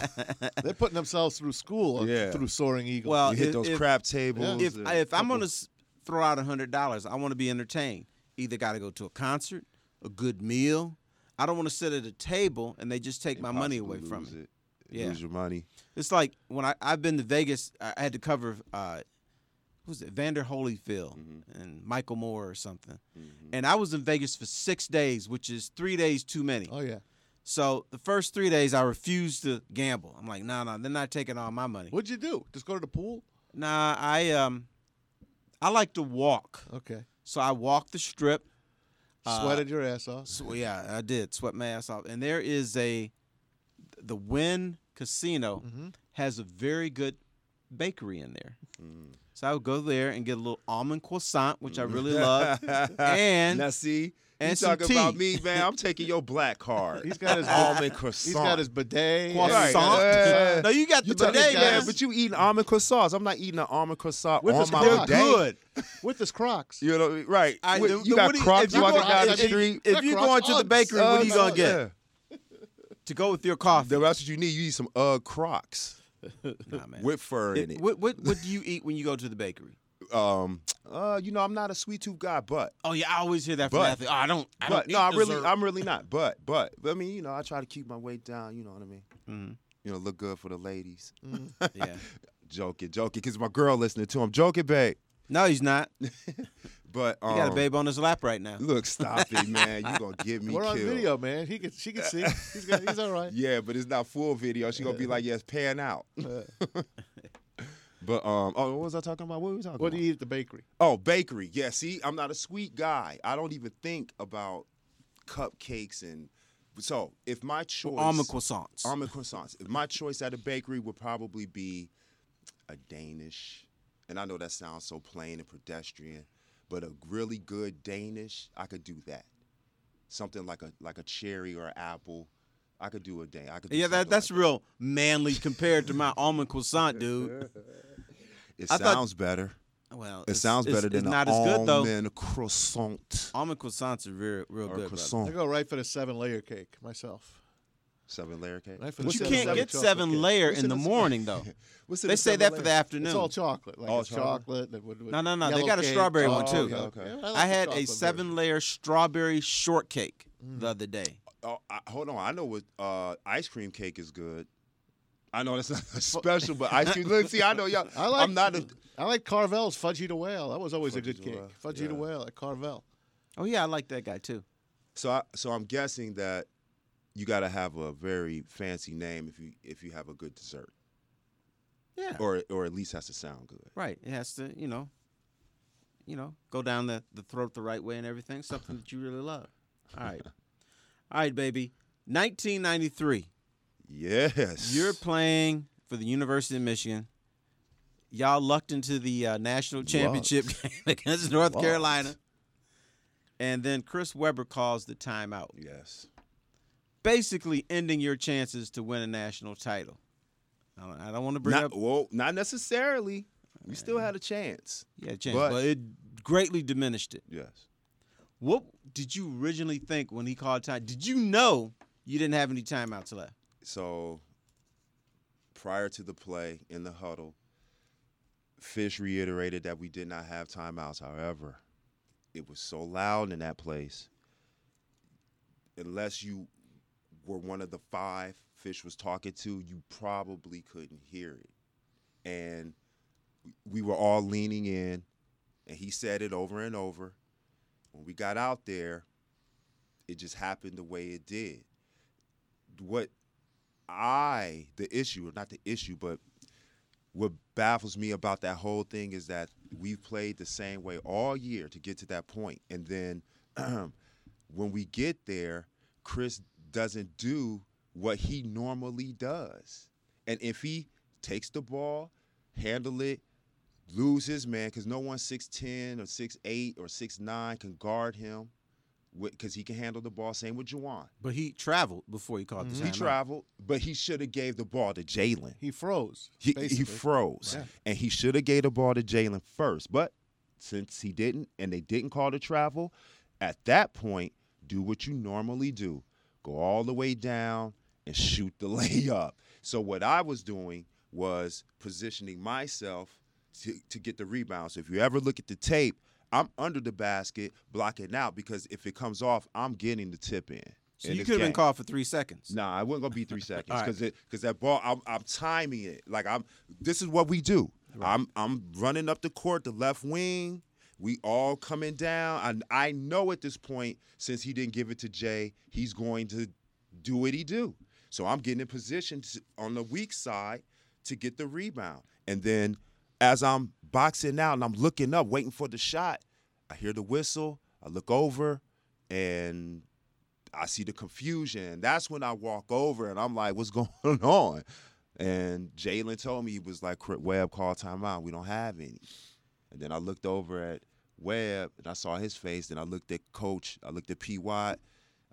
[SPEAKER 3] They're putting themselves through school or
[SPEAKER 2] Yeah.
[SPEAKER 3] through Soaring Eagle.
[SPEAKER 1] Well,
[SPEAKER 2] you hit
[SPEAKER 1] if-
[SPEAKER 2] those
[SPEAKER 1] if-
[SPEAKER 2] crap tables.
[SPEAKER 1] If,
[SPEAKER 2] and
[SPEAKER 1] I- if I'm
[SPEAKER 2] couple-
[SPEAKER 1] going to throw out $100, I want to be entertained. Either got to go to a concert, a good meal. I don't want to sit at a table and they just take my money away
[SPEAKER 2] possibly
[SPEAKER 1] from
[SPEAKER 2] lose
[SPEAKER 1] me.
[SPEAKER 2] it,
[SPEAKER 1] Yeah.
[SPEAKER 2] lose your money.
[SPEAKER 1] It's like when I, I've been to Vegas, I I had to cover uh who was it, Vander Holyfield
[SPEAKER 2] Mm-hmm.
[SPEAKER 1] and Michael Moore or something. And I was in Vegas for six days, which is three days too many.
[SPEAKER 3] oh, yeah.
[SPEAKER 1] So the first three days I refused to gamble. I'm like, nah, nah, they're not taking all my money.
[SPEAKER 3] What'd you do? Just go to the pool?
[SPEAKER 1] Nah, I um I like to walk.
[SPEAKER 3] Okay.
[SPEAKER 1] So I walked the strip. Uh,
[SPEAKER 3] Sweated your ass off.
[SPEAKER 1] So yeah, I did sweat my ass off. And there is a the Wynn Casino
[SPEAKER 2] Mm-hmm.
[SPEAKER 3] Mhm.
[SPEAKER 1] has a very good bakery in there.
[SPEAKER 2] Mm.
[SPEAKER 1] So I would go there and get a little almond croissant, which I really
[SPEAKER 2] Mm.
[SPEAKER 1] love, and
[SPEAKER 2] now see, you
[SPEAKER 1] and some
[SPEAKER 2] talking about
[SPEAKER 1] tea.
[SPEAKER 2] me, man. I'm taking your black card.
[SPEAKER 3] He's got his
[SPEAKER 2] almond
[SPEAKER 3] He's
[SPEAKER 2] croissant.
[SPEAKER 3] got his bidet.
[SPEAKER 1] croissant.
[SPEAKER 2] Yeah.
[SPEAKER 1] No, you got
[SPEAKER 2] You
[SPEAKER 1] the
[SPEAKER 2] took
[SPEAKER 1] bidet,
[SPEAKER 2] it, man,
[SPEAKER 1] man.
[SPEAKER 2] but you eating almond croissants. I'm not eating an almond croissant
[SPEAKER 3] With
[SPEAKER 2] on
[SPEAKER 3] the
[SPEAKER 2] my
[SPEAKER 3] Crocs.
[SPEAKER 1] They're
[SPEAKER 2] bidet.
[SPEAKER 1] good.
[SPEAKER 3] With his Crocs.
[SPEAKER 2] You know, right?
[SPEAKER 1] I-
[SPEAKER 2] Wait,
[SPEAKER 1] the-
[SPEAKER 2] you
[SPEAKER 1] the-
[SPEAKER 2] got
[SPEAKER 1] what do you-
[SPEAKER 2] Crocs
[SPEAKER 1] if you
[SPEAKER 2] walking
[SPEAKER 1] go
[SPEAKER 2] down the
[SPEAKER 1] outside-
[SPEAKER 2] street.
[SPEAKER 1] If you're going to the
[SPEAKER 3] Crocs,
[SPEAKER 1] bakery, what are you
[SPEAKER 3] Uggs,
[SPEAKER 1] gonna
[SPEAKER 3] Uggs,
[SPEAKER 1] get
[SPEAKER 2] Yeah.
[SPEAKER 1] to go with your coffee?
[SPEAKER 2] Then that's what you need. You need some Ugg Crocs
[SPEAKER 1] Nah, man.
[SPEAKER 2] with fur in
[SPEAKER 1] It-
[SPEAKER 2] it.
[SPEAKER 1] what, what what do you eat when you go to the bakery?
[SPEAKER 2] Um, uh, you know, I'm not a sweet tooth guy, but
[SPEAKER 1] Oh yeah, I always hear that from
[SPEAKER 2] But-
[SPEAKER 1] athletes. Oh, I don't. I
[SPEAKER 2] but
[SPEAKER 1] don't
[SPEAKER 2] no,
[SPEAKER 1] eat
[SPEAKER 2] I really,
[SPEAKER 1] dessert.
[SPEAKER 2] I'm really not. But but but I mean, you know, I try to keep my weight down. You know what I mean?
[SPEAKER 1] Mhm.
[SPEAKER 2] You know, look good for the ladies.
[SPEAKER 1] yeah.
[SPEAKER 2] Joking, joking, because my girl listening to him. Joking, babe.
[SPEAKER 1] No, he's not. He
[SPEAKER 2] But um,
[SPEAKER 1] got a babe on his lap right now.
[SPEAKER 2] Look, stop it, man. You gonna get me
[SPEAKER 3] We're on
[SPEAKER 2] killed.
[SPEAKER 3] video, man. He can, she can see. He's, got, he's all right.
[SPEAKER 2] Yeah, but it's not full video. She gonna be like, yes, pan out.
[SPEAKER 3] Uh,
[SPEAKER 2] But um, oh, what was I talking about? What were we talking
[SPEAKER 3] what
[SPEAKER 2] about?
[SPEAKER 3] do you eat at the bakery?
[SPEAKER 2] oh, bakery. Yeah, see, I'm not a sweet guy. I don't even think about cupcakes and. So if my choice,
[SPEAKER 1] Almond croissants.
[SPEAKER 2] almond croissants. If my choice at a bakery would probably be a Danish, and I know that sounds so plain and pedestrian, but a really good Danish, I could do that. Something like a like a cherry or an apple, I could do a Danish. I could do
[SPEAKER 1] yeah, that
[SPEAKER 2] something
[SPEAKER 1] that's
[SPEAKER 2] like
[SPEAKER 1] real manly compared to my almond croissant, dude.
[SPEAKER 2] It
[SPEAKER 1] I thought-
[SPEAKER 2] sounds better.
[SPEAKER 1] Well,
[SPEAKER 2] It sounds better than
[SPEAKER 1] it's
[SPEAKER 2] an
[SPEAKER 1] not as good
[SPEAKER 2] almond
[SPEAKER 1] though.
[SPEAKER 2] croissant
[SPEAKER 1] Almond croissants are real, real good.
[SPEAKER 2] or
[SPEAKER 1] brother.
[SPEAKER 3] I
[SPEAKER 2] croissant.
[SPEAKER 3] go right for the seven layer cake myself.
[SPEAKER 2] Seven layer cake.
[SPEAKER 3] Right for
[SPEAKER 1] But
[SPEAKER 3] the
[SPEAKER 1] you
[SPEAKER 3] seven
[SPEAKER 1] can't
[SPEAKER 3] layer
[SPEAKER 1] get
[SPEAKER 3] chocolate
[SPEAKER 1] seven
[SPEAKER 3] cake.
[SPEAKER 1] layer
[SPEAKER 2] What's
[SPEAKER 1] in
[SPEAKER 2] in
[SPEAKER 1] the
[SPEAKER 2] this-
[SPEAKER 1] morning though.
[SPEAKER 2] What's in
[SPEAKER 1] They
[SPEAKER 2] the
[SPEAKER 1] say
[SPEAKER 2] seven
[SPEAKER 1] that for
[SPEAKER 2] layer?
[SPEAKER 1] the afternoon.
[SPEAKER 3] It's all chocolate. Like
[SPEAKER 2] All
[SPEAKER 3] it's
[SPEAKER 2] chocolate?
[SPEAKER 3] chocolate. that would- would-
[SPEAKER 1] No, no, no, they
[SPEAKER 3] yellow
[SPEAKER 1] got a
[SPEAKER 3] cake.
[SPEAKER 1] strawberry one,
[SPEAKER 3] Oh,
[SPEAKER 1] too.
[SPEAKER 3] okay,
[SPEAKER 2] Okay,
[SPEAKER 3] okay.
[SPEAKER 2] okay.
[SPEAKER 3] like
[SPEAKER 1] I
[SPEAKER 3] the
[SPEAKER 1] had a
[SPEAKER 3] chocolate
[SPEAKER 1] seven
[SPEAKER 3] version.
[SPEAKER 1] layer strawberry shortcake the other day.
[SPEAKER 2] Oh, I, hold on. I know what uh, ice cream cake is good. I know that's not special, but ice cream. Look, see, I know y'all.
[SPEAKER 3] I like.
[SPEAKER 2] I'm not a.
[SPEAKER 3] I like Carvel's Fudgy the Whale. That was always a
[SPEAKER 2] Fudgy
[SPEAKER 3] good
[SPEAKER 2] the
[SPEAKER 3] cake.
[SPEAKER 2] Whale,
[SPEAKER 3] Fudgy the
[SPEAKER 2] yeah.
[SPEAKER 3] Whale at Carvel.
[SPEAKER 1] Oh yeah, I like that guy too.
[SPEAKER 2] So, I, so I'm guessing that you got to have a very fancy name if you if you have a good dessert,
[SPEAKER 1] Yeah.
[SPEAKER 2] or or at least has to sound good.
[SPEAKER 1] Right. It has to, you know, you know, go down the, the throat the right way and everything. Something that you really love. All right. All right, baby. 1993.
[SPEAKER 2] Yes.
[SPEAKER 1] You're playing for the University of Michigan. Y'all lucked into the uh, national championship game against North
[SPEAKER 2] Lost.
[SPEAKER 1] Carolina. And then Chris Webber calls the timeout,
[SPEAKER 2] yes.
[SPEAKER 1] basically ending your chances to win a national title. I don't, I don't want to bring
[SPEAKER 2] Not
[SPEAKER 1] up.
[SPEAKER 2] well, not necessarily. You still had a chance.
[SPEAKER 1] Yeah, chance,
[SPEAKER 2] but-
[SPEAKER 1] but it greatly diminished it.
[SPEAKER 2] Yes.
[SPEAKER 1] What did you originally think when he called time? Did you know you didn't have any timeouts left?
[SPEAKER 2] So, prior to the play in the huddle, Fish reiterated that we did not have timeouts. However, it was so loud in that place. Unless you were one of the five Fish was talking to, you probably couldn't hear it. And we were all leaning in, and he said it over and over. When we got out there, it just happened the way it did. What I, the issue, or not the issue, but what baffles me about that whole thing is that we've played the same way all year to get to that point. And then when we get there, Chris doesn't do what he normally does. And if he takes the ball, handle it, lose his man, because no one 6'10 or 6'8 or 6'9 can guard him because he can handle the ball. Same with Juwan.
[SPEAKER 1] But he traveled before he caught the
[SPEAKER 2] Mm-hmm. He
[SPEAKER 1] timeout.
[SPEAKER 2] traveled, but he should have gave the ball to Jalen.
[SPEAKER 3] He froze.
[SPEAKER 2] He, he
[SPEAKER 3] basically.
[SPEAKER 2] froze,
[SPEAKER 3] Right.
[SPEAKER 2] and he should have gave the ball to Jalen first. But since he didn't, and they didn't call the travel, at that point, do what you normally do: go all the way down and shoot the layup. So what I was doing was positioning myself to, to get the rebound. So if you ever look at the tape, I'm under the basket blocking out because if it comes off, I'm getting the tip in.
[SPEAKER 1] So
[SPEAKER 2] in
[SPEAKER 1] you
[SPEAKER 2] this
[SPEAKER 1] could have been
[SPEAKER 2] game.
[SPEAKER 1] called for three seconds.
[SPEAKER 2] Nah, I wasn't gonna be three seconds
[SPEAKER 1] All right.
[SPEAKER 2] because it because that ball I'm, I'm timing it like I'm. This is what we do. I'm I'm running up the court, the left wing. We all coming down. And I know at this point, since he didn't give it to Jay, he's going to do what he do. So I'm getting in position to, on the weak side to get the rebound. And then as I'm boxing out and I'm looking up, waiting for the shot, I hear the whistle. I look over, and I see the confusion. That's when I walk over and I'm like, what's going on? And Jalen told me he was like, "Cr- Webb, call timeout. We don't have any. And then I looked over at Webb and I saw his face. Then I looked at Coach. I looked at P. Watt.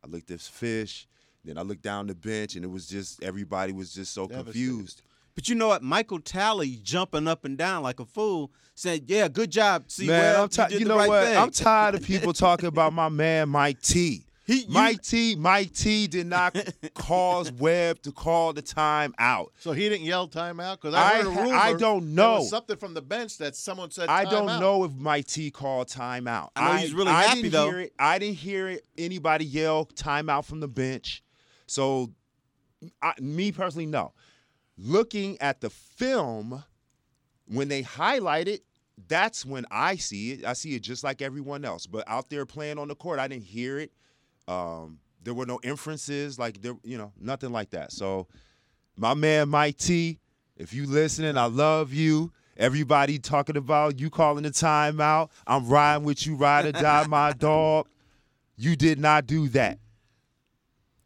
[SPEAKER 2] I looked at Fish. Then I looked down the bench and it was just everybody was just so
[SPEAKER 3] Devastated.
[SPEAKER 2] confused.
[SPEAKER 1] But you know what? Michael Talley jumping up and down like a fool said, "Yeah, good job, C. Webb.
[SPEAKER 2] I'm ti-
[SPEAKER 1] you did the
[SPEAKER 2] know
[SPEAKER 1] right
[SPEAKER 2] what?
[SPEAKER 1] thing."
[SPEAKER 2] I'm tired of people talking about my man Mike T.
[SPEAKER 1] He- you-
[SPEAKER 2] Mike T. Mike T. did not cause Webb to call the time out.
[SPEAKER 3] So he didn't yell timeout because I,
[SPEAKER 2] I
[SPEAKER 3] heard a
[SPEAKER 2] ha-
[SPEAKER 3] rumor.
[SPEAKER 2] I don't
[SPEAKER 3] there
[SPEAKER 2] know.
[SPEAKER 3] was something from the bench that someone said.
[SPEAKER 2] I don't
[SPEAKER 3] timeout.
[SPEAKER 2] know if Mike T called timeout.
[SPEAKER 1] I know he's really
[SPEAKER 2] I
[SPEAKER 1] happy,
[SPEAKER 2] didn't
[SPEAKER 1] though.
[SPEAKER 2] Hear it. I didn't hear it, anybody yell timeout from the bench. So, I, me personally, no. Looking at the film, when they highlight it, that's when I see it. I see it just like everyone else. But out there playing on the court, I didn't hear it. Um, there were no inferences, like there, you know, nothing like that. So, my man Mike T, if you listening, I love you. Everybody talking about you calling the timeout. I'm riding with you, ride or die, my dog. You did not do that.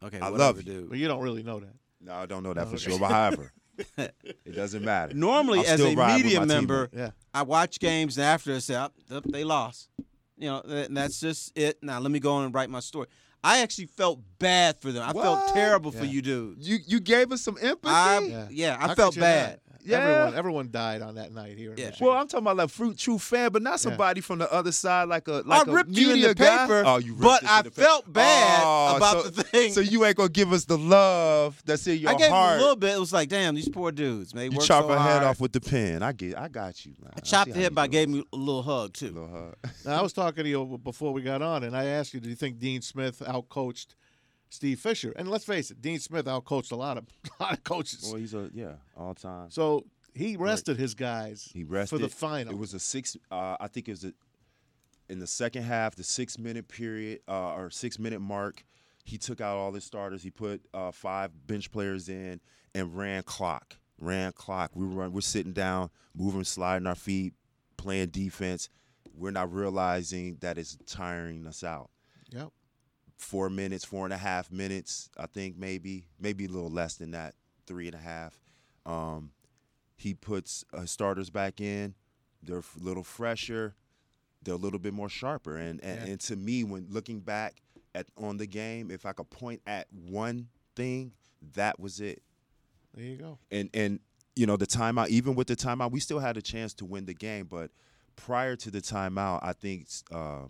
[SPEAKER 1] okay,
[SPEAKER 2] I
[SPEAKER 1] whatever,
[SPEAKER 2] love you.
[SPEAKER 1] dude.
[SPEAKER 3] But you don't really know that.
[SPEAKER 2] No, I don't know that for sure. But however, it doesn't matter.
[SPEAKER 1] Normally,
[SPEAKER 2] I'm
[SPEAKER 1] as
[SPEAKER 2] still
[SPEAKER 1] a
[SPEAKER 2] riding with
[SPEAKER 1] media
[SPEAKER 2] my
[SPEAKER 1] member,
[SPEAKER 2] teammate.
[SPEAKER 3] Yeah.
[SPEAKER 1] I watch games and after I say, "Oh, th- they lost. You know, th- and that's just it. Now let me go on and write my story. I actually felt bad for them. I
[SPEAKER 2] What?
[SPEAKER 1] felt terrible for
[SPEAKER 3] Yeah.
[SPEAKER 1] you dudes.
[SPEAKER 2] you you gave us some empathy.
[SPEAKER 1] I
[SPEAKER 3] Yeah.
[SPEAKER 1] yeah,
[SPEAKER 3] How
[SPEAKER 1] I
[SPEAKER 3] could
[SPEAKER 1] felt
[SPEAKER 3] you not?
[SPEAKER 1] bad.
[SPEAKER 2] Yeah.
[SPEAKER 3] Everyone, everyone died on that night here. In
[SPEAKER 1] Yeah.
[SPEAKER 3] Michigan.
[SPEAKER 2] well, I'm talking about like fruit true fan, but not somebody from the other side, like a like
[SPEAKER 1] I
[SPEAKER 2] a
[SPEAKER 1] ripped you in
[SPEAKER 2] media
[SPEAKER 1] the
[SPEAKER 2] guy.
[SPEAKER 1] paper,
[SPEAKER 2] Oh, you ripped
[SPEAKER 1] but
[SPEAKER 2] us in
[SPEAKER 1] I
[SPEAKER 2] the paper.
[SPEAKER 1] felt bad
[SPEAKER 2] Oh,
[SPEAKER 1] about
[SPEAKER 2] so-
[SPEAKER 1] the thing.
[SPEAKER 2] So you ain't gonna give us the love that's in your
[SPEAKER 1] I gave them
[SPEAKER 2] heart.
[SPEAKER 1] a little bit. It was like, damn, these poor dudes. Man, they
[SPEAKER 2] You
[SPEAKER 1] worked
[SPEAKER 2] chop
[SPEAKER 1] so
[SPEAKER 2] her head
[SPEAKER 1] hard.
[SPEAKER 2] off with the pen. I get. I got you. Man.
[SPEAKER 1] I chopped
[SPEAKER 2] see
[SPEAKER 1] the
[SPEAKER 2] how
[SPEAKER 1] head,
[SPEAKER 2] you
[SPEAKER 1] but I
[SPEAKER 2] do
[SPEAKER 1] gave
[SPEAKER 2] it.
[SPEAKER 1] him a little hug too.
[SPEAKER 2] Little hug.
[SPEAKER 3] Now, I was talking to you before we got on, and I asked you, do you think Dean Smith outcoached Steve Fisher? And let's face it, Dean Smith outcoached a lot of a lot of coaches.
[SPEAKER 2] Well, he's a yeah, all time.
[SPEAKER 3] so he rested his guys.
[SPEAKER 2] He rested
[SPEAKER 3] for the final.
[SPEAKER 2] It was a six. Uh, I think it was a, in the second half, the six minute period uh, or six minute mark. He took out all his starters. He put uh, five bench players in and ran clock. Ran clock. We were we're sitting down, moving, sliding our feet, playing defense. We're not realizing that it's tiring us out.
[SPEAKER 3] Yep.
[SPEAKER 2] four minutes, four and a half minutes, I think maybe, maybe a little less than that, three and a half. Um, he puts uh, starters back in. They're f- a little fresher. They're a little bit more sharper. And and,
[SPEAKER 3] Yeah.
[SPEAKER 2] and to me, when looking back at on the game, if I could point at one thing, that was it
[SPEAKER 3] There you go.
[SPEAKER 2] and and you know the timeout even with the timeout we still had a chance to win the game but prior to the timeout i think uh,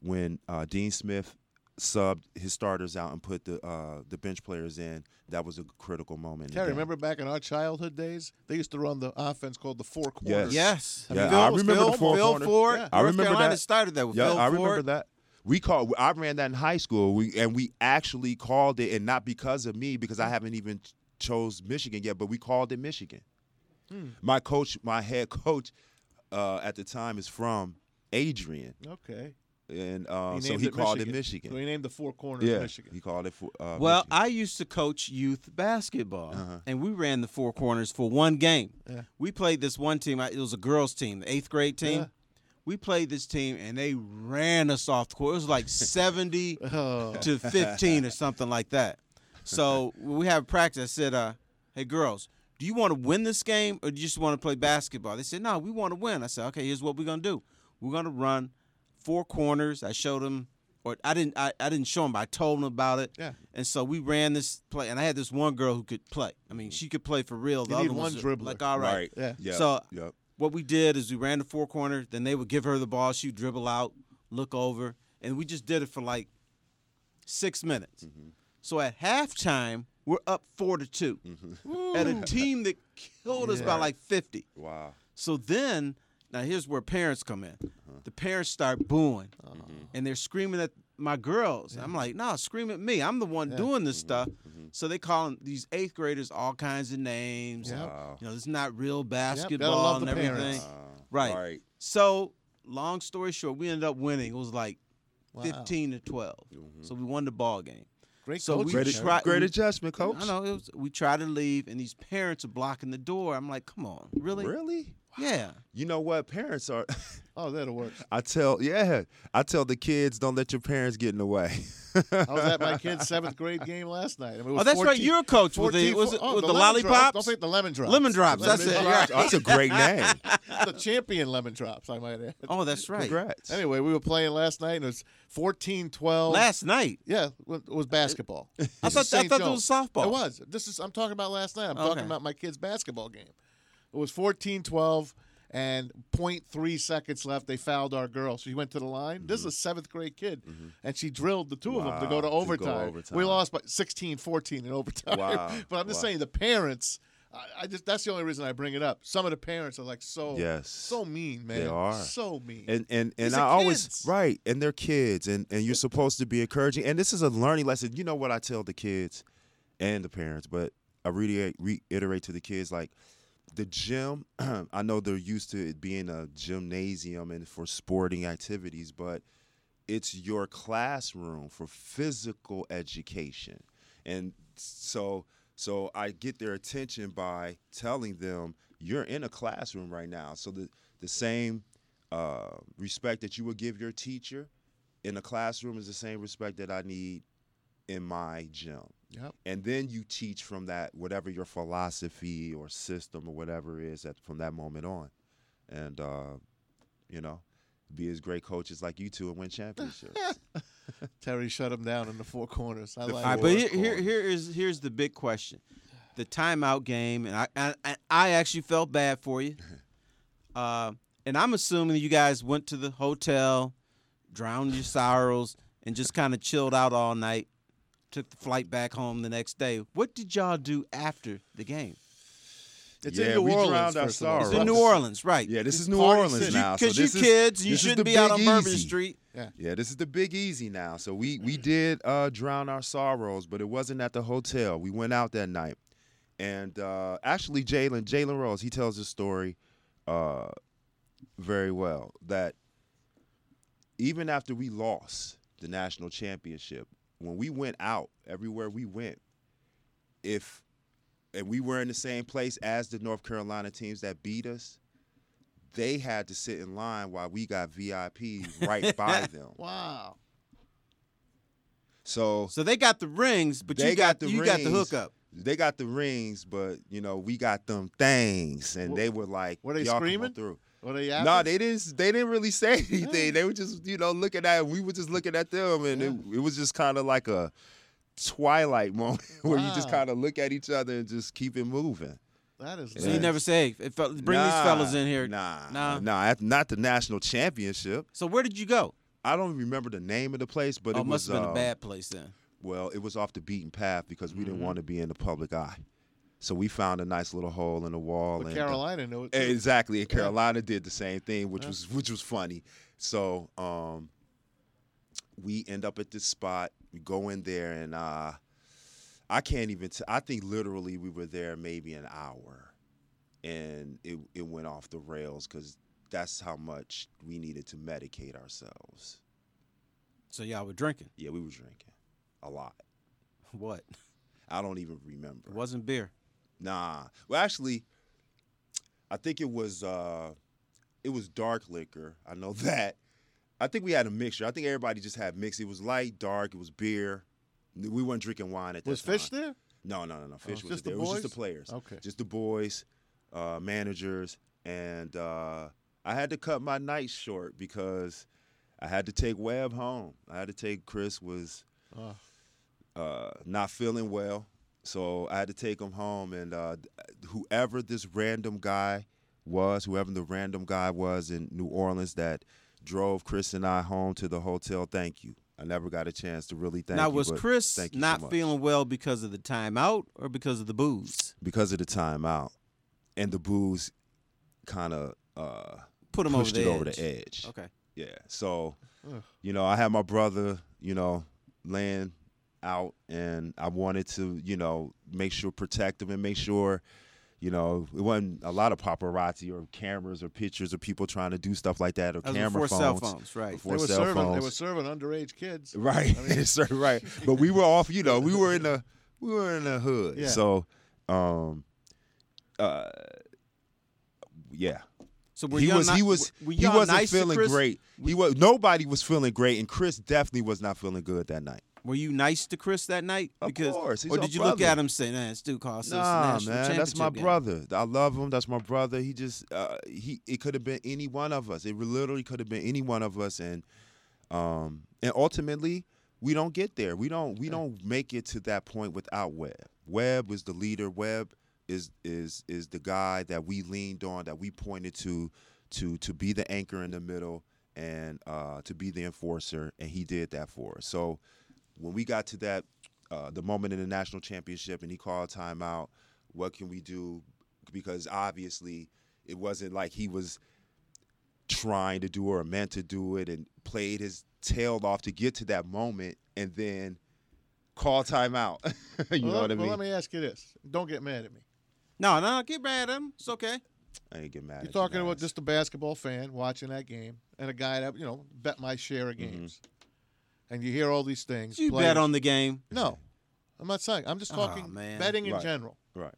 [SPEAKER 2] when uh, um, dean smith subbed his starters out and put the uh, the bench players in. That was a critical moment. in the
[SPEAKER 3] Terry,
[SPEAKER 2] game.
[SPEAKER 3] remember back in our childhood days, they used to run the offense called the four corners.
[SPEAKER 1] Yes.
[SPEAKER 2] Yeah,
[SPEAKER 1] Phil,
[SPEAKER 2] I remember
[SPEAKER 1] Phil,
[SPEAKER 2] the four
[SPEAKER 1] Phil
[SPEAKER 2] corners.
[SPEAKER 1] Ford.
[SPEAKER 3] Yeah.
[SPEAKER 2] I
[SPEAKER 1] North
[SPEAKER 2] remember
[SPEAKER 1] Carolina
[SPEAKER 2] that.
[SPEAKER 1] started that with
[SPEAKER 2] Yeah,
[SPEAKER 1] Phil
[SPEAKER 2] I
[SPEAKER 1] Ford.
[SPEAKER 2] remember that. We called. I ran that in high school. We and we actually called it, and not because of me, because I haven't even ch- chose Michigan yet. But we called it Michigan. My coach, my head coach, uh, at the time is from Adrian,
[SPEAKER 3] Okay.
[SPEAKER 2] and uh,
[SPEAKER 3] He
[SPEAKER 2] so
[SPEAKER 3] named
[SPEAKER 2] he called it
[SPEAKER 3] So
[SPEAKER 2] Michigan.
[SPEAKER 3] he named the four corners
[SPEAKER 2] Yeah,
[SPEAKER 3] Michigan.
[SPEAKER 2] he called it. For, uh,
[SPEAKER 1] Well,
[SPEAKER 2] Michigan.
[SPEAKER 1] I used to coach youth basketball,
[SPEAKER 2] Uh-huh.
[SPEAKER 1] and we ran the four corners for one game.
[SPEAKER 3] Yeah.
[SPEAKER 1] We played this one team. I- It was a girls' team, the eighth grade team.
[SPEAKER 3] Yeah.
[SPEAKER 1] We played this team, and they ran us off the court. It was like seventy
[SPEAKER 3] Oh.
[SPEAKER 1] to fifteen or something like that. So when we have practice. I said, uh, "Hey, girls." Do you want to win this game or do you just want to play basketball? They said, no, we want to win. I said, okay, here's what we're going to do. We're going to run four corners. I showed them, or I didn't, I, I didn't show them, but I told them about it.
[SPEAKER 3] Yeah.
[SPEAKER 1] And so we ran this play, and I had this one girl who could play. I mean, she could play for real. The
[SPEAKER 3] You
[SPEAKER 1] other
[SPEAKER 3] need one
[SPEAKER 1] ones,
[SPEAKER 3] dribbler.
[SPEAKER 1] Like, all right.
[SPEAKER 2] right.
[SPEAKER 3] Yeah.
[SPEAKER 2] Yeah.
[SPEAKER 1] So-
[SPEAKER 2] yep.
[SPEAKER 1] What we did is we ran the four corner, then they would give her the ball, she'd dribble out, look over, and we just did it for like six minutes.
[SPEAKER 3] Mm-hmm.
[SPEAKER 1] So at halftime, we're up four to 2 at a team that killed us by
[SPEAKER 3] Mm-hmm. Yeah.
[SPEAKER 1] like fifty.
[SPEAKER 2] Wow.
[SPEAKER 1] So then, now here's where parents come in.
[SPEAKER 3] Uh-huh.
[SPEAKER 1] The parents start booing, and they're screaming at my girls. I'm like, nah, scream at me. I'm the one doing
[SPEAKER 3] Mm-hmm.
[SPEAKER 1] this stuff. So they call 'em- these eighth graders all kinds of names.
[SPEAKER 3] Yeah.
[SPEAKER 2] Wow.
[SPEAKER 1] You know, it's not real basketball
[SPEAKER 3] love
[SPEAKER 1] and
[SPEAKER 3] the
[SPEAKER 1] everything.
[SPEAKER 3] parents.
[SPEAKER 2] Wow.
[SPEAKER 1] Right.
[SPEAKER 2] Right.
[SPEAKER 1] So long story short, we ended up winning. It was like
[SPEAKER 3] Wow.
[SPEAKER 1] 15 to 12.
[SPEAKER 2] Mm-hmm.
[SPEAKER 1] So we won the ball game.
[SPEAKER 3] Great
[SPEAKER 1] So we
[SPEAKER 3] coaching,
[SPEAKER 2] Great,
[SPEAKER 3] Terry.
[SPEAKER 1] try-
[SPEAKER 2] great
[SPEAKER 1] we-
[SPEAKER 2] adjustment, coach.
[SPEAKER 1] I know it was, we tried to leave, and these parents are blocking the door. I'm like, come on, really?
[SPEAKER 2] Really?
[SPEAKER 1] Yeah.
[SPEAKER 2] You know what? Parents are.
[SPEAKER 3] Oh, that'll work.
[SPEAKER 2] I tell, yeah, I tell the kids, don't let your parents get in the way.
[SPEAKER 3] I was at my kid's seventh grade game last night. I mean, it was
[SPEAKER 1] Oh, that's right.
[SPEAKER 3] 14
[SPEAKER 1] You're a coach with
[SPEAKER 3] 14
[SPEAKER 1] the, was it,
[SPEAKER 3] oh,
[SPEAKER 1] with the,
[SPEAKER 3] lemon drops.
[SPEAKER 1] lollipops.
[SPEAKER 3] Don't forget the lemon drops.
[SPEAKER 1] Lemon drops,
[SPEAKER 3] Lemon
[SPEAKER 1] that's it,
[SPEAKER 3] drops.
[SPEAKER 1] right.
[SPEAKER 2] That's a great name.
[SPEAKER 3] the champion lemon drops, I might add.
[SPEAKER 1] Oh, that's right.
[SPEAKER 2] Congrats.
[SPEAKER 3] Anyway, we were playing last night, and it was 14 12.
[SPEAKER 1] Last night,
[SPEAKER 3] yeah, it was basketball.
[SPEAKER 1] I thought I
[SPEAKER 3] St.
[SPEAKER 1] thought it was
[SPEAKER 3] John's.
[SPEAKER 1] softball.
[SPEAKER 3] It was. This is I'm talking about last night. I'm
[SPEAKER 1] Okay.
[SPEAKER 3] talking about my kids' basketball game. It was 14-12 and 0.3 seconds left. They fouled our girl. She went to the line. This is a seventh grade kid. And she drilled the two of them to
[SPEAKER 2] Wow,
[SPEAKER 3] go
[SPEAKER 2] to
[SPEAKER 3] to
[SPEAKER 2] go
[SPEAKER 3] overtime.
[SPEAKER 2] overtime.
[SPEAKER 3] We lost by 16-14 in overtime.
[SPEAKER 2] Wow,
[SPEAKER 3] but I'm just
[SPEAKER 2] wow.
[SPEAKER 3] saying the parents I, I just that's the only reason I bring it up. Some of the parents are like so
[SPEAKER 2] Yes.
[SPEAKER 3] so mean, man.
[SPEAKER 2] They are.
[SPEAKER 3] So mean.
[SPEAKER 2] and and and
[SPEAKER 3] These
[SPEAKER 2] I
[SPEAKER 3] are
[SPEAKER 2] always
[SPEAKER 3] kids.
[SPEAKER 2] right, and they're kids, and and you're supposed to be encouraging. And this is a learning lesson. You know what I tell the kids and the parents, but I reiterate, reiterate to the kids like the gym. I know they're used to it being a gymnasium and for sporting activities, but it's your classroom for physical education, and so so I get their attention by telling them you're in a classroom right now. So the the same uh, respect that you would give your teacher in a classroom is the same respect that I need in my gym.
[SPEAKER 3] Yep.
[SPEAKER 2] And then you teach from that whatever your philosophy or system or whatever it is at, from that moment on, and uh, you know, be as great coaches like you two and win championships.
[SPEAKER 3] Terry shut him down in the four corners. I
[SPEAKER 2] The
[SPEAKER 1] All
[SPEAKER 3] like
[SPEAKER 1] right,
[SPEAKER 3] it.
[SPEAKER 1] but here,
[SPEAKER 2] Four
[SPEAKER 1] here,
[SPEAKER 2] corners.
[SPEAKER 1] here is here's the big question: the timeout game, and I, I, I- I actually felt bad for you. Uh, and I'm assuming you guys went to the hotel, drowned your sorrows, and just kind of chilled out all night. Took the flight back home the next day. What did y'all do after the game?
[SPEAKER 3] It's
[SPEAKER 2] Yeah,
[SPEAKER 3] in New
[SPEAKER 2] we
[SPEAKER 3] Orleans.
[SPEAKER 2] drowned our
[SPEAKER 3] first of all.
[SPEAKER 1] It's
[SPEAKER 2] All right.
[SPEAKER 1] in New Orleans, right?
[SPEAKER 2] yeah, this is
[SPEAKER 3] It's
[SPEAKER 2] New
[SPEAKER 3] party
[SPEAKER 2] Orleans
[SPEAKER 3] city.
[SPEAKER 2] now.
[SPEAKER 1] Because
[SPEAKER 2] so
[SPEAKER 1] you
[SPEAKER 2] this is-
[SPEAKER 1] kids, you
[SPEAKER 2] this is
[SPEAKER 1] shouldn't
[SPEAKER 2] the
[SPEAKER 1] be out on
[SPEAKER 2] Big
[SPEAKER 1] Bourbon
[SPEAKER 2] Easy.
[SPEAKER 1] Street.
[SPEAKER 2] Yeah, this is the big easy now. So we we did uh, drown our sorrows, but it wasn't at the hotel. We went out that night, and uh, actually Jalen Jalen Rose he tells his story uh, very well that even after we lost the national championship, when we went out everywhere we went, if and we were in the same place as the North Carolina teams that beat us. They had to sit in line while we got VIP right by them.
[SPEAKER 3] Wow.
[SPEAKER 2] So
[SPEAKER 1] So they got the rings, but
[SPEAKER 2] They
[SPEAKER 1] you got,
[SPEAKER 2] got the
[SPEAKER 1] you got the
[SPEAKER 2] rings.
[SPEAKER 1] hookup.
[SPEAKER 2] they got the rings, but you know we got them things, and they were like,
[SPEAKER 3] Were they
[SPEAKER 2] "Y'all come on
[SPEAKER 3] screaming?
[SPEAKER 2] through?"
[SPEAKER 3] What are you
[SPEAKER 2] No,
[SPEAKER 3] after?
[SPEAKER 2] they didn't. They didn't really say anything. They were just you know looking at. We were just looking at them, and it, it was just kind of like a twilight moment where you just
[SPEAKER 3] Wow.
[SPEAKER 2] kind of look at each other and just keep it moving.
[SPEAKER 3] That is
[SPEAKER 1] So
[SPEAKER 2] Yeah.
[SPEAKER 1] you never say, hey, bring these fellas in here.
[SPEAKER 2] Nah,
[SPEAKER 1] Nah.
[SPEAKER 2] nah, nah. Not the national championship.
[SPEAKER 1] So where did you go?
[SPEAKER 2] I don't remember the name of the place, but
[SPEAKER 1] oh,
[SPEAKER 2] it
[SPEAKER 1] must
[SPEAKER 2] was
[SPEAKER 1] have been
[SPEAKER 2] uh,
[SPEAKER 1] a bad Mm-hmm. place then.
[SPEAKER 2] well, it was off the beaten path because we didn't want to be in the public eye. So we found a nice little hole in the wall.
[SPEAKER 3] But
[SPEAKER 2] and uh,
[SPEAKER 3] Carolina knew it. too.
[SPEAKER 2] Exactly. And Carolina did the same thing, which was which was funny. So um we end up at this spot. We go in there and uh I can't even t- I think literally we were there maybe an hour and it it went off the rails cuz that's how much we needed to medicate ourselves.
[SPEAKER 1] So y'all were drinking.
[SPEAKER 2] Yeah, we were drinking a lot.
[SPEAKER 1] What?
[SPEAKER 2] I don't even remember.
[SPEAKER 1] It wasn't beer.
[SPEAKER 2] Nah. Well, actually, I think it was uh it was dark liquor. I know that. I think we had a mixture. I think everybody just had mix. It was light, dark. It was beer. We weren't drinking wine at that
[SPEAKER 3] Was
[SPEAKER 2] time.
[SPEAKER 3] Fish there?
[SPEAKER 2] No, no, no, no. Fish
[SPEAKER 3] it's
[SPEAKER 2] was
[SPEAKER 3] just
[SPEAKER 2] there.
[SPEAKER 3] the
[SPEAKER 2] It was just the
[SPEAKER 3] boys?
[SPEAKER 2] players.
[SPEAKER 3] Okay.
[SPEAKER 2] Just the boys, uh, managers, and uh, I had to cut my nights short because I had to take Webb home. I had to take Chris was
[SPEAKER 3] Oh.
[SPEAKER 2] uh, not feeling well, so I had to take him home. And uh, whoever this random guy was, whoever the random guy was in New Orleans that drove Chris and I home to the hotel, thank you. I never got a chance to really thank
[SPEAKER 1] now
[SPEAKER 2] you.
[SPEAKER 1] was
[SPEAKER 2] but
[SPEAKER 1] Chris
[SPEAKER 2] thank you so
[SPEAKER 1] not
[SPEAKER 2] much.
[SPEAKER 1] feeling well because of the timeout or because of the booze?
[SPEAKER 2] because of the timeout and the booze kind of uh,
[SPEAKER 1] Put him
[SPEAKER 2] pushed it
[SPEAKER 1] over the edge.
[SPEAKER 2] over the edge.
[SPEAKER 1] Okay.
[SPEAKER 2] Yeah. So,
[SPEAKER 3] Ugh.
[SPEAKER 2] you know, I had my brother, you know, laying out, and I wanted to, you know, make sure protect him and make sure, you know, it wasn't a lot of paparazzi or cameras or pictures or people trying to do stuff like that or
[SPEAKER 1] That was
[SPEAKER 2] camera
[SPEAKER 1] before
[SPEAKER 2] phones.
[SPEAKER 1] cell phones, right?
[SPEAKER 2] Before
[SPEAKER 3] They were
[SPEAKER 2] cell
[SPEAKER 3] serving.
[SPEAKER 2] phones.
[SPEAKER 3] They were serving underage kids.
[SPEAKER 2] Right.
[SPEAKER 3] I mean-
[SPEAKER 2] Sir, right. But we were off, you know, we were in the we were in the hood.
[SPEAKER 3] Yeah.
[SPEAKER 2] So um uh yeah.
[SPEAKER 1] So were
[SPEAKER 2] he
[SPEAKER 1] y'all
[SPEAKER 2] was
[SPEAKER 1] not-
[SPEAKER 2] he was
[SPEAKER 1] were
[SPEAKER 2] he
[SPEAKER 1] y'all
[SPEAKER 2] wasn't
[SPEAKER 1] nice to
[SPEAKER 2] feeling
[SPEAKER 1] Chris?
[SPEAKER 2] great. He was nobody was feeling great and Chris definitely was not feeling good that night.
[SPEAKER 1] Were you nice to Chris that night?
[SPEAKER 2] Of
[SPEAKER 1] Because
[SPEAKER 2] course, he's
[SPEAKER 1] or
[SPEAKER 2] our
[SPEAKER 1] did you look
[SPEAKER 2] brother.
[SPEAKER 1] at him and say, "Nah, this dude cost us the
[SPEAKER 2] Nah,
[SPEAKER 1] national
[SPEAKER 2] man, that's my
[SPEAKER 1] championship game."
[SPEAKER 2] brother. I love him. That's my brother. He just uh, he it could have been any one of us. It literally could have been any one of us, and um and ultimately we don't get there. We don't we don't make it to that point without Webb. Webb was the leader. Webb is is is the guy that we leaned on, that we pointed to, to to be the anchor in the middle and uh, to be the enforcer, and he did that for us. So when we got to that uh, the moment in the national championship and he called timeout what can we do because obviously it wasn't like he was trying to do or meant to do it and played his tail off to get to that moment and then call timeout you know
[SPEAKER 3] well,
[SPEAKER 2] what i
[SPEAKER 3] well,
[SPEAKER 2] mean
[SPEAKER 3] let me ask you this. Don't get mad at me.
[SPEAKER 1] No, no, get mad at him. It's okay.
[SPEAKER 2] i ain't get mad
[SPEAKER 3] You're
[SPEAKER 2] at
[SPEAKER 3] talking about
[SPEAKER 2] guys.
[SPEAKER 3] just a basketball fan watching that game and a guy that, you know, bet my share of
[SPEAKER 2] Mm-hmm.
[SPEAKER 3] games. And you hear all these things.
[SPEAKER 1] You
[SPEAKER 3] players-
[SPEAKER 1] bet on the game.
[SPEAKER 3] No. I'm not saying. I'm just
[SPEAKER 1] Aw,
[SPEAKER 3] talking
[SPEAKER 1] man.
[SPEAKER 3] betting in
[SPEAKER 2] Right.
[SPEAKER 3] general.
[SPEAKER 2] right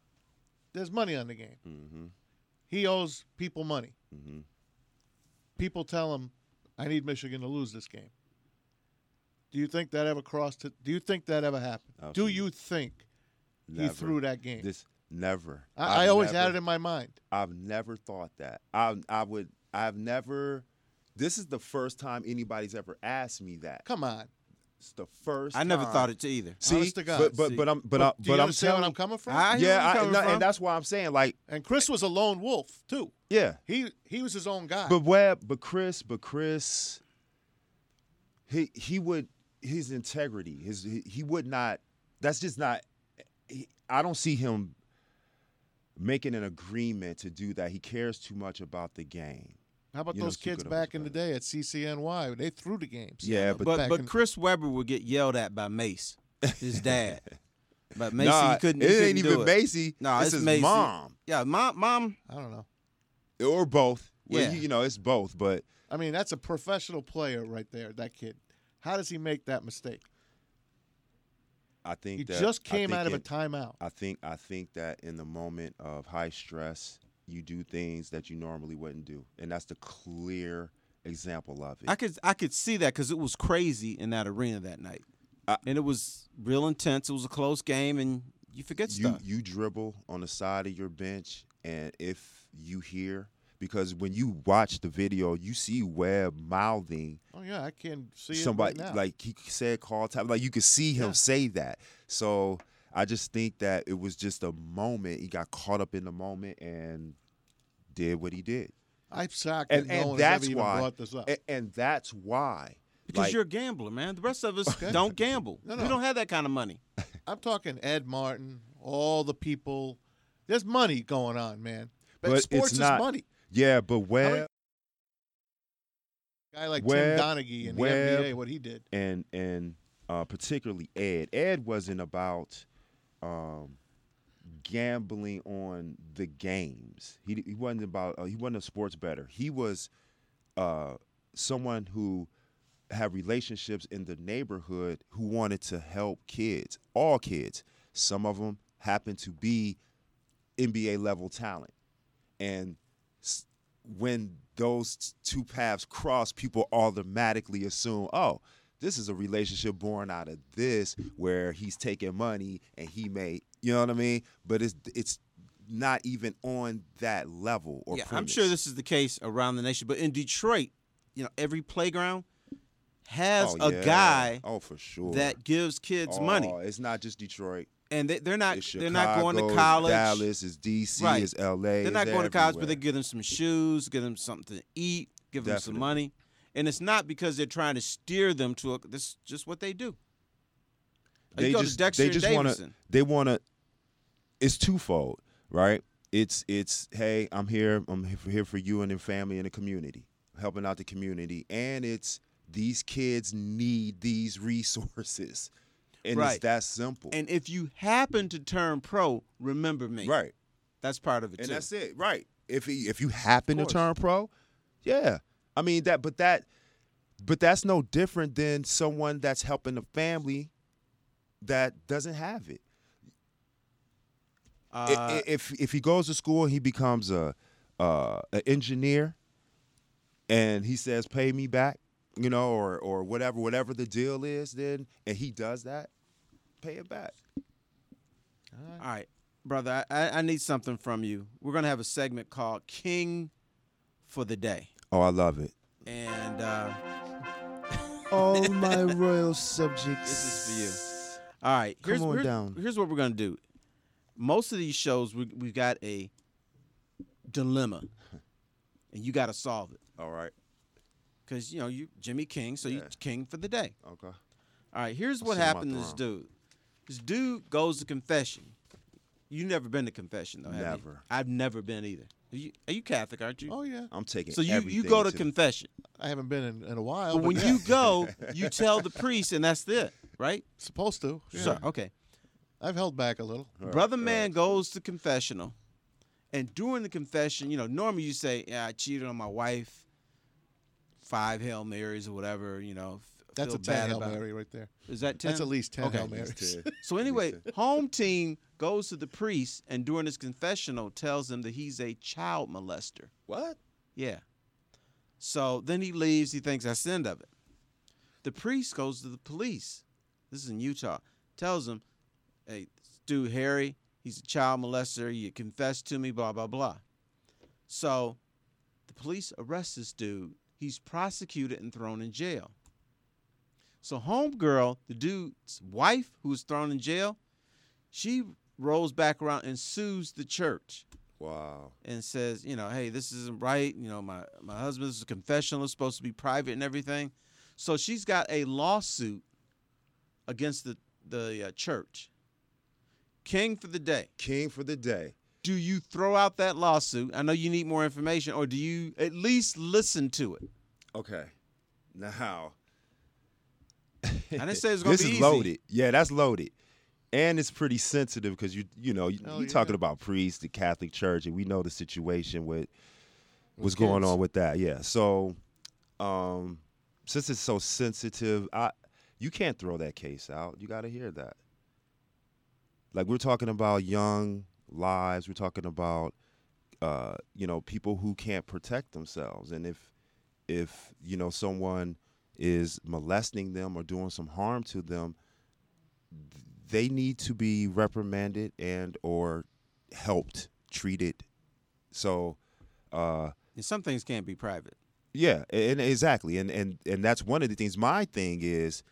[SPEAKER 3] There's money on the game.
[SPEAKER 2] mm-hmm
[SPEAKER 3] He owes people money.
[SPEAKER 2] mm-hmm
[SPEAKER 3] People tell him, I need Michigan to lose this game. Do you think that ever crossed it? Do you think that ever happened?
[SPEAKER 2] Absolutely.
[SPEAKER 3] Do you think
[SPEAKER 2] never
[SPEAKER 3] he threw that game?
[SPEAKER 2] this never
[SPEAKER 3] I, I
[SPEAKER 2] I've
[SPEAKER 3] always
[SPEAKER 2] never-
[SPEAKER 3] had it in my mind.
[SPEAKER 2] I've never thought that. I I would I've never this is the first time anybody's ever asked me that.
[SPEAKER 3] Come on.
[SPEAKER 2] It's the first
[SPEAKER 1] I never
[SPEAKER 2] time.
[SPEAKER 1] thought it either.
[SPEAKER 2] See,
[SPEAKER 3] Honest to God.
[SPEAKER 2] but but
[SPEAKER 1] See.
[SPEAKER 2] but I'm but, I,
[SPEAKER 3] do
[SPEAKER 2] but
[SPEAKER 3] you
[SPEAKER 2] I'm
[SPEAKER 3] understand
[SPEAKER 2] telling
[SPEAKER 3] what I'm coming from?
[SPEAKER 1] I- hear where you're
[SPEAKER 2] yeah, I,
[SPEAKER 1] coming
[SPEAKER 2] no,
[SPEAKER 1] from.
[SPEAKER 2] and that's why I'm saying like
[SPEAKER 3] and Chris was a lone wolf too.
[SPEAKER 2] yeah.
[SPEAKER 3] He he was his own guy.
[SPEAKER 2] But Webb, but Chris, but Chris, he he would his integrity, his he, he would not. That's just not. He, I don't see him making an agreement to do that. He cares too much about the game.
[SPEAKER 3] How about
[SPEAKER 2] you know,
[SPEAKER 3] those
[SPEAKER 2] Zuko
[SPEAKER 3] kids
[SPEAKER 2] knows
[SPEAKER 3] back in the
[SPEAKER 2] better.
[SPEAKER 3] day at CCNY? They threw the games.
[SPEAKER 2] Yeah, but
[SPEAKER 1] But
[SPEAKER 3] back
[SPEAKER 1] but
[SPEAKER 3] in-
[SPEAKER 1] Chris Webber would get yelled at by Mace, his dad. But Macy
[SPEAKER 2] nah,
[SPEAKER 1] he couldn't.
[SPEAKER 2] It
[SPEAKER 1] he couldn't
[SPEAKER 2] ain't
[SPEAKER 1] do
[SPEAKER 2] even
[SPEAKER 1] it.
[SPEAKER 2] Macy.
[SPEAKER 1] Nah,
[SPEAKER 2] it's
[SPEAKER 1] it's
[SPEAKER 2] his
[SPEAKER 1] Macy.
[SPEAKER 2] mom
[SPEAKER 1] Yeah, mom, mom.
[SPEAKER 3] I don't know.
[SPEAKER 2] or both. Well,
[SPEAKER 1] Yeah.
[SPEAKER 2] you, you know, it's both. But
[SPEAKER 3] I mean, that's a professional player right there. That kid. How does he make that mistake?
[SPEAKER 2] I think
[SPEAKER 3] He
[SPEAKER 2] that
[SPEAKER 3] just
[SPEAKER 2] I
[SPEAKER 3] came
[SPEAKER 2] think
[SPEAKER 3] out of a
[SPEAKER 2] in-
[SPEAKER 3] timeout.
[SPEAKER 2] I think I think that in the moment of high stress, you do things that you normally wouldn't do, and that's the clear example of it.
[SPEAKER 1] I could I could see that because it was crazy in that arena that night,
[SPEAKER 2] I-
[SPEAKER 1] and it was real intense. It was a close game, and you forget
[SPEAKER 2] you
[SPEAKER 1] stuff.
[SPEAKER 2] you dribble on the side of your bench, and if you hear, because when you watch the video, you see Webb mouthing
[SPEAKER 3] Oh yeah, I can see
[SPEAKER 2] somebody
[SPEAKER 3] it right now.
[SPEAKER 2] like he said call time like you could see him
[SPEAKER 3] Yeah.
[SPEAKER 2] say that so i just think that it was just a moment he got caught up in the moment and did what he did
[SPEAKER 3] I'm shocked
[SPEAKER 2] and
[SPEAKER 3] that no
[SPEAKER 2] and
[SPEAKER 3] one has
[SPEAKER 2] that's
[SPEAKER 3] ever even
[SPEAKER 2] why
[SPEAKER 3] brought this up.
[SPEAKER 2] a- and that's why
[SPEAKER 1] Because
[SPEAKER 2] Like-
[SPEAKER 1] you're a gambler, man. The rest of us don't gamble.
[SPEAKER 3] No, no.
[SPEAKER 1] We don't have that kind of money.
[SPEAKER 3] I'm talking Ed Martin, all the people. There's money going on, man. But,
[SPEAKER 2] But it's
[SPEAKER 3] sports
[SPEAKER 2] not-
[SPEAKER 3] is money.
[SPEAKER 2] Yeah, but where
[SPEAKER 3] Guy like
[SPEAKER 2] Web-
[SPEAKER 3] Tim Donaghy in
[SPEAKER 2] Web-
[SPEAKER 3] the NBA, what he did.
[SPEAKER 2] and and uh, particularly Ed. Ed wasn't about um, gambling on the games. He he wasn't about uh, he wasn't a sports better. He was uh, someone who had relationships in the neighborhood who wanted to help kids, all kids. Some of them happened to be NBA level talent, and s- when those t- two paths cross, people automatically assume, oh, this is a relationship born out of this, where he's taking money and he may, you know what I mean? But it's it's not even on that level or
[SPEAKER 1] yeah, I'm sure
[SPEAKER 2] premise.
[SPEAKER 1] this is the case around the nation. But in Detroit, you know, every playground has
[SPEAKER 2] Oh,
[SPEAKER 1] a
[SPEAKER 2] yeah.
[SPEAKER 1] guy
[SPEAKER 2] oh for sure
[SPEAKER 1] that gives kids money,
[SPEAKER 2] Oh, It's not just Detroit.
[SPEAKER 1] and they, they're not
[SPEAKER 2] It's Chicago,
[SPEAKER 1] they're not going to
[SPEAKER 2] it's
[SPEAKER 1] college.
[SPEAKER 2] Dallas, it's DC,
[SPEAKER 1] Right.
[SPEAKER 2] it's LA.
[SPEAKER 1] They're not going to college, but they give them some shoes, give them something to eat, give them
[SPEAKER 2] Definitely.
[SPEAKER 1] some money, and it's not because they're trying to steer them to a. This is just what they do. You
[SPEAKER 2] they
[SPEAKER 1] go to
[SPEAKER 2] just
[SPEAKER 1] Dexter
[SPEAKER 2] they just
[SPEAKER 1] and
[SPEAKER 2] wanna-
[SPEAKER 1] Davidson.
[SPEAKER 2] they want to. It's twofold, right? It's it's hey, I'm here, I'm he- here for you and your family and the community, helping out the community, and it's these kids need these resources, and it's
[SPEAKER 1] Right.
[SPEAKER 2] that simple,
[SPEAKER 1] And if you happen to turn pro, remember me.
[SPEAKER 2] right?
[SPEAKER 1] That's part of it
[SPEAKER 2] and
[SPEAKER 1] too.
[SPEAKER 2] that's it, right? If he, if you happen to
[SPEAKER 1] course.
[SPEAKER 2] turn pro, yeah, I mean that, but that, but that's no different than someone that's helping a family that doesn't have it. I-
[SPEAKER 1] Uh,
[SPEAKER 2] i- if if he goes to school and he becomes a uh, an engineer, and he says, "Pay me back," you know, or or whatever whatever the deal is, then and he does that, pay it back.
[SPEAKER 1] All right, brother, I, I- I need something from you. We're gonna have a segment called King for the Day,
[SPEAKER 2] Oh, I love it.
[SPEAKER 1] and uh,
[SPEAKER 2] All my royal subjects.
[SPEAKER 1] This is all right, here's,
[SPEAKER 2] on
[SPEAKER 1] here's-
[SPEAKER 2] down.
[SPEAKER 1] here's what we're gonna do. Most of these shows, we we got a dilemma, and you got to solve it
[SPEAKER 2] All right.
[SPEAKER 1] because you know you Jimmy King, so you
[SPEAKER 2] Yeah.
[SPEAKER 1] King for the day.
[SPEAKER 2] Okay.
[SPEAKER 1] All right, here's what
[SPEAKER 2] sit on my
[SPEAKER 1] happened to this dude. This dude goes to confession. You never been to confession though, have you?
[SPEAKER 2] Never.
[SPEAKER 1] I've never been either. Are you, are you Catholic? Aren't you?
[SPEAKER 3] Oh yeah,
[SPEAKER 2] I'm taking.
[SPEAKER 1] So you, you
[SPEAKER 2] everything Oh,
[SPEAKER 1] go to
[SPEAKER 2] the-
[SPEAKER 1] confession.
[SPEAKER 3] I haven't been in, in a while.
[SPEAKER 1] But
[SPEAKER 3] But
[SPEAKER 1] when
[SPEAKER 3] yeah,
[SPEAKER 1] you go, you tell the priest, and that's it, right?
[SPEAKER 3] supposed to, yeah.
[SPEAKER 1] So, okay.
[SPEAKER 3] I've held back a little.
[SPEAKER 2] All right,
[SPEAKER 1] Brother
[SPEAKER 2] all
[SPEAKER 1] man
[SPEAKER 2] right.
[SPEAKER 1] goes to confessional, and during the confession, you know, normally you say, "Yeah, I cheated on my wife." Five Hail Marys or whatever, you know. f-
[SPEAKER 3] That's
[SPEAKER 1] feel
[SPEAKER 3] a ten
[SPEAKER 1] bad
[SPEAKER 3] hail
[SPEAKER 1] about.
[SPEAKER 3] mary right there.
[SPEAKER 1] Is that ten?
[SPEAKER 3] That's at least ten
[SPEAKER 1] Okay.
[SPEAKER 3] hail
[SPEAKER 2] These
[SPEAKER 3] marys.
[SPEAKER 2] two.
[SPEAKER 1] So anyway, home team goes to the priest and during his confessional tells him that he's a child molester.
[SPEAKER 2] What?
[SPEAKER 1] Yeah. So then he leaves. He thinks that's the end of it. The priest goes to the police. This is in Utah. Tells him, "Hey, this dude Harry, he's a child molester. You confess to me, blah blah blah." So, the police arrest this dude. He's prosecuted and thrown in jail. So, homegirl, the dude's wife who was thrown in jail, she rolls back around and sues the church
[SPEAKER 2] Wow.
[SPEAKER 1] and says, you know, hey, this isn't right. You know, my my husband this is a confessional, it's supposed to be private and everything. So she's got a lawsuit against the the uh, church. King for the day.
[SPEAKER 2] King for the day.
[SPEAKER 1] Do you throw out that lawsuit? I know you need more information, or do you at least listen to it?
[SPEAKER 2] Okay. Now.
[SPEAKER 1] I didn't say it was gonna
[SPEAKER 2] this
[SPEAKER 1] be
[SPEAKER 2] is
[SPEAKER 1] easy.
[SPEAKER 2] loaded. Yeah, that's loaded, and it's pretty sensitive because you you know you,
[SPEAKER 3] Oh,
[SPEAKER 2] you
[SPEAKER 3] yeah.
[SPEAKER 2] talking about priests, the Catholic Church, and we know the situation with what's
[SPEAKER 3] kids.
[SPEAKER 2] going on with that. Yeah, so um, since it's so sensitive, I you can't throw that case out. You got to hear that. Like we're talking about young lives. We're talking about uh, you know people who can't protect themselves, and if if you know someone is molesting them or doing some harm to them th- they need to be reprimanded and or helped treated so uh
[SPEAKER 1] And some things can't be private.
[SPEAKER 2] yeah a- and exactly and and and that's one of the things my thing is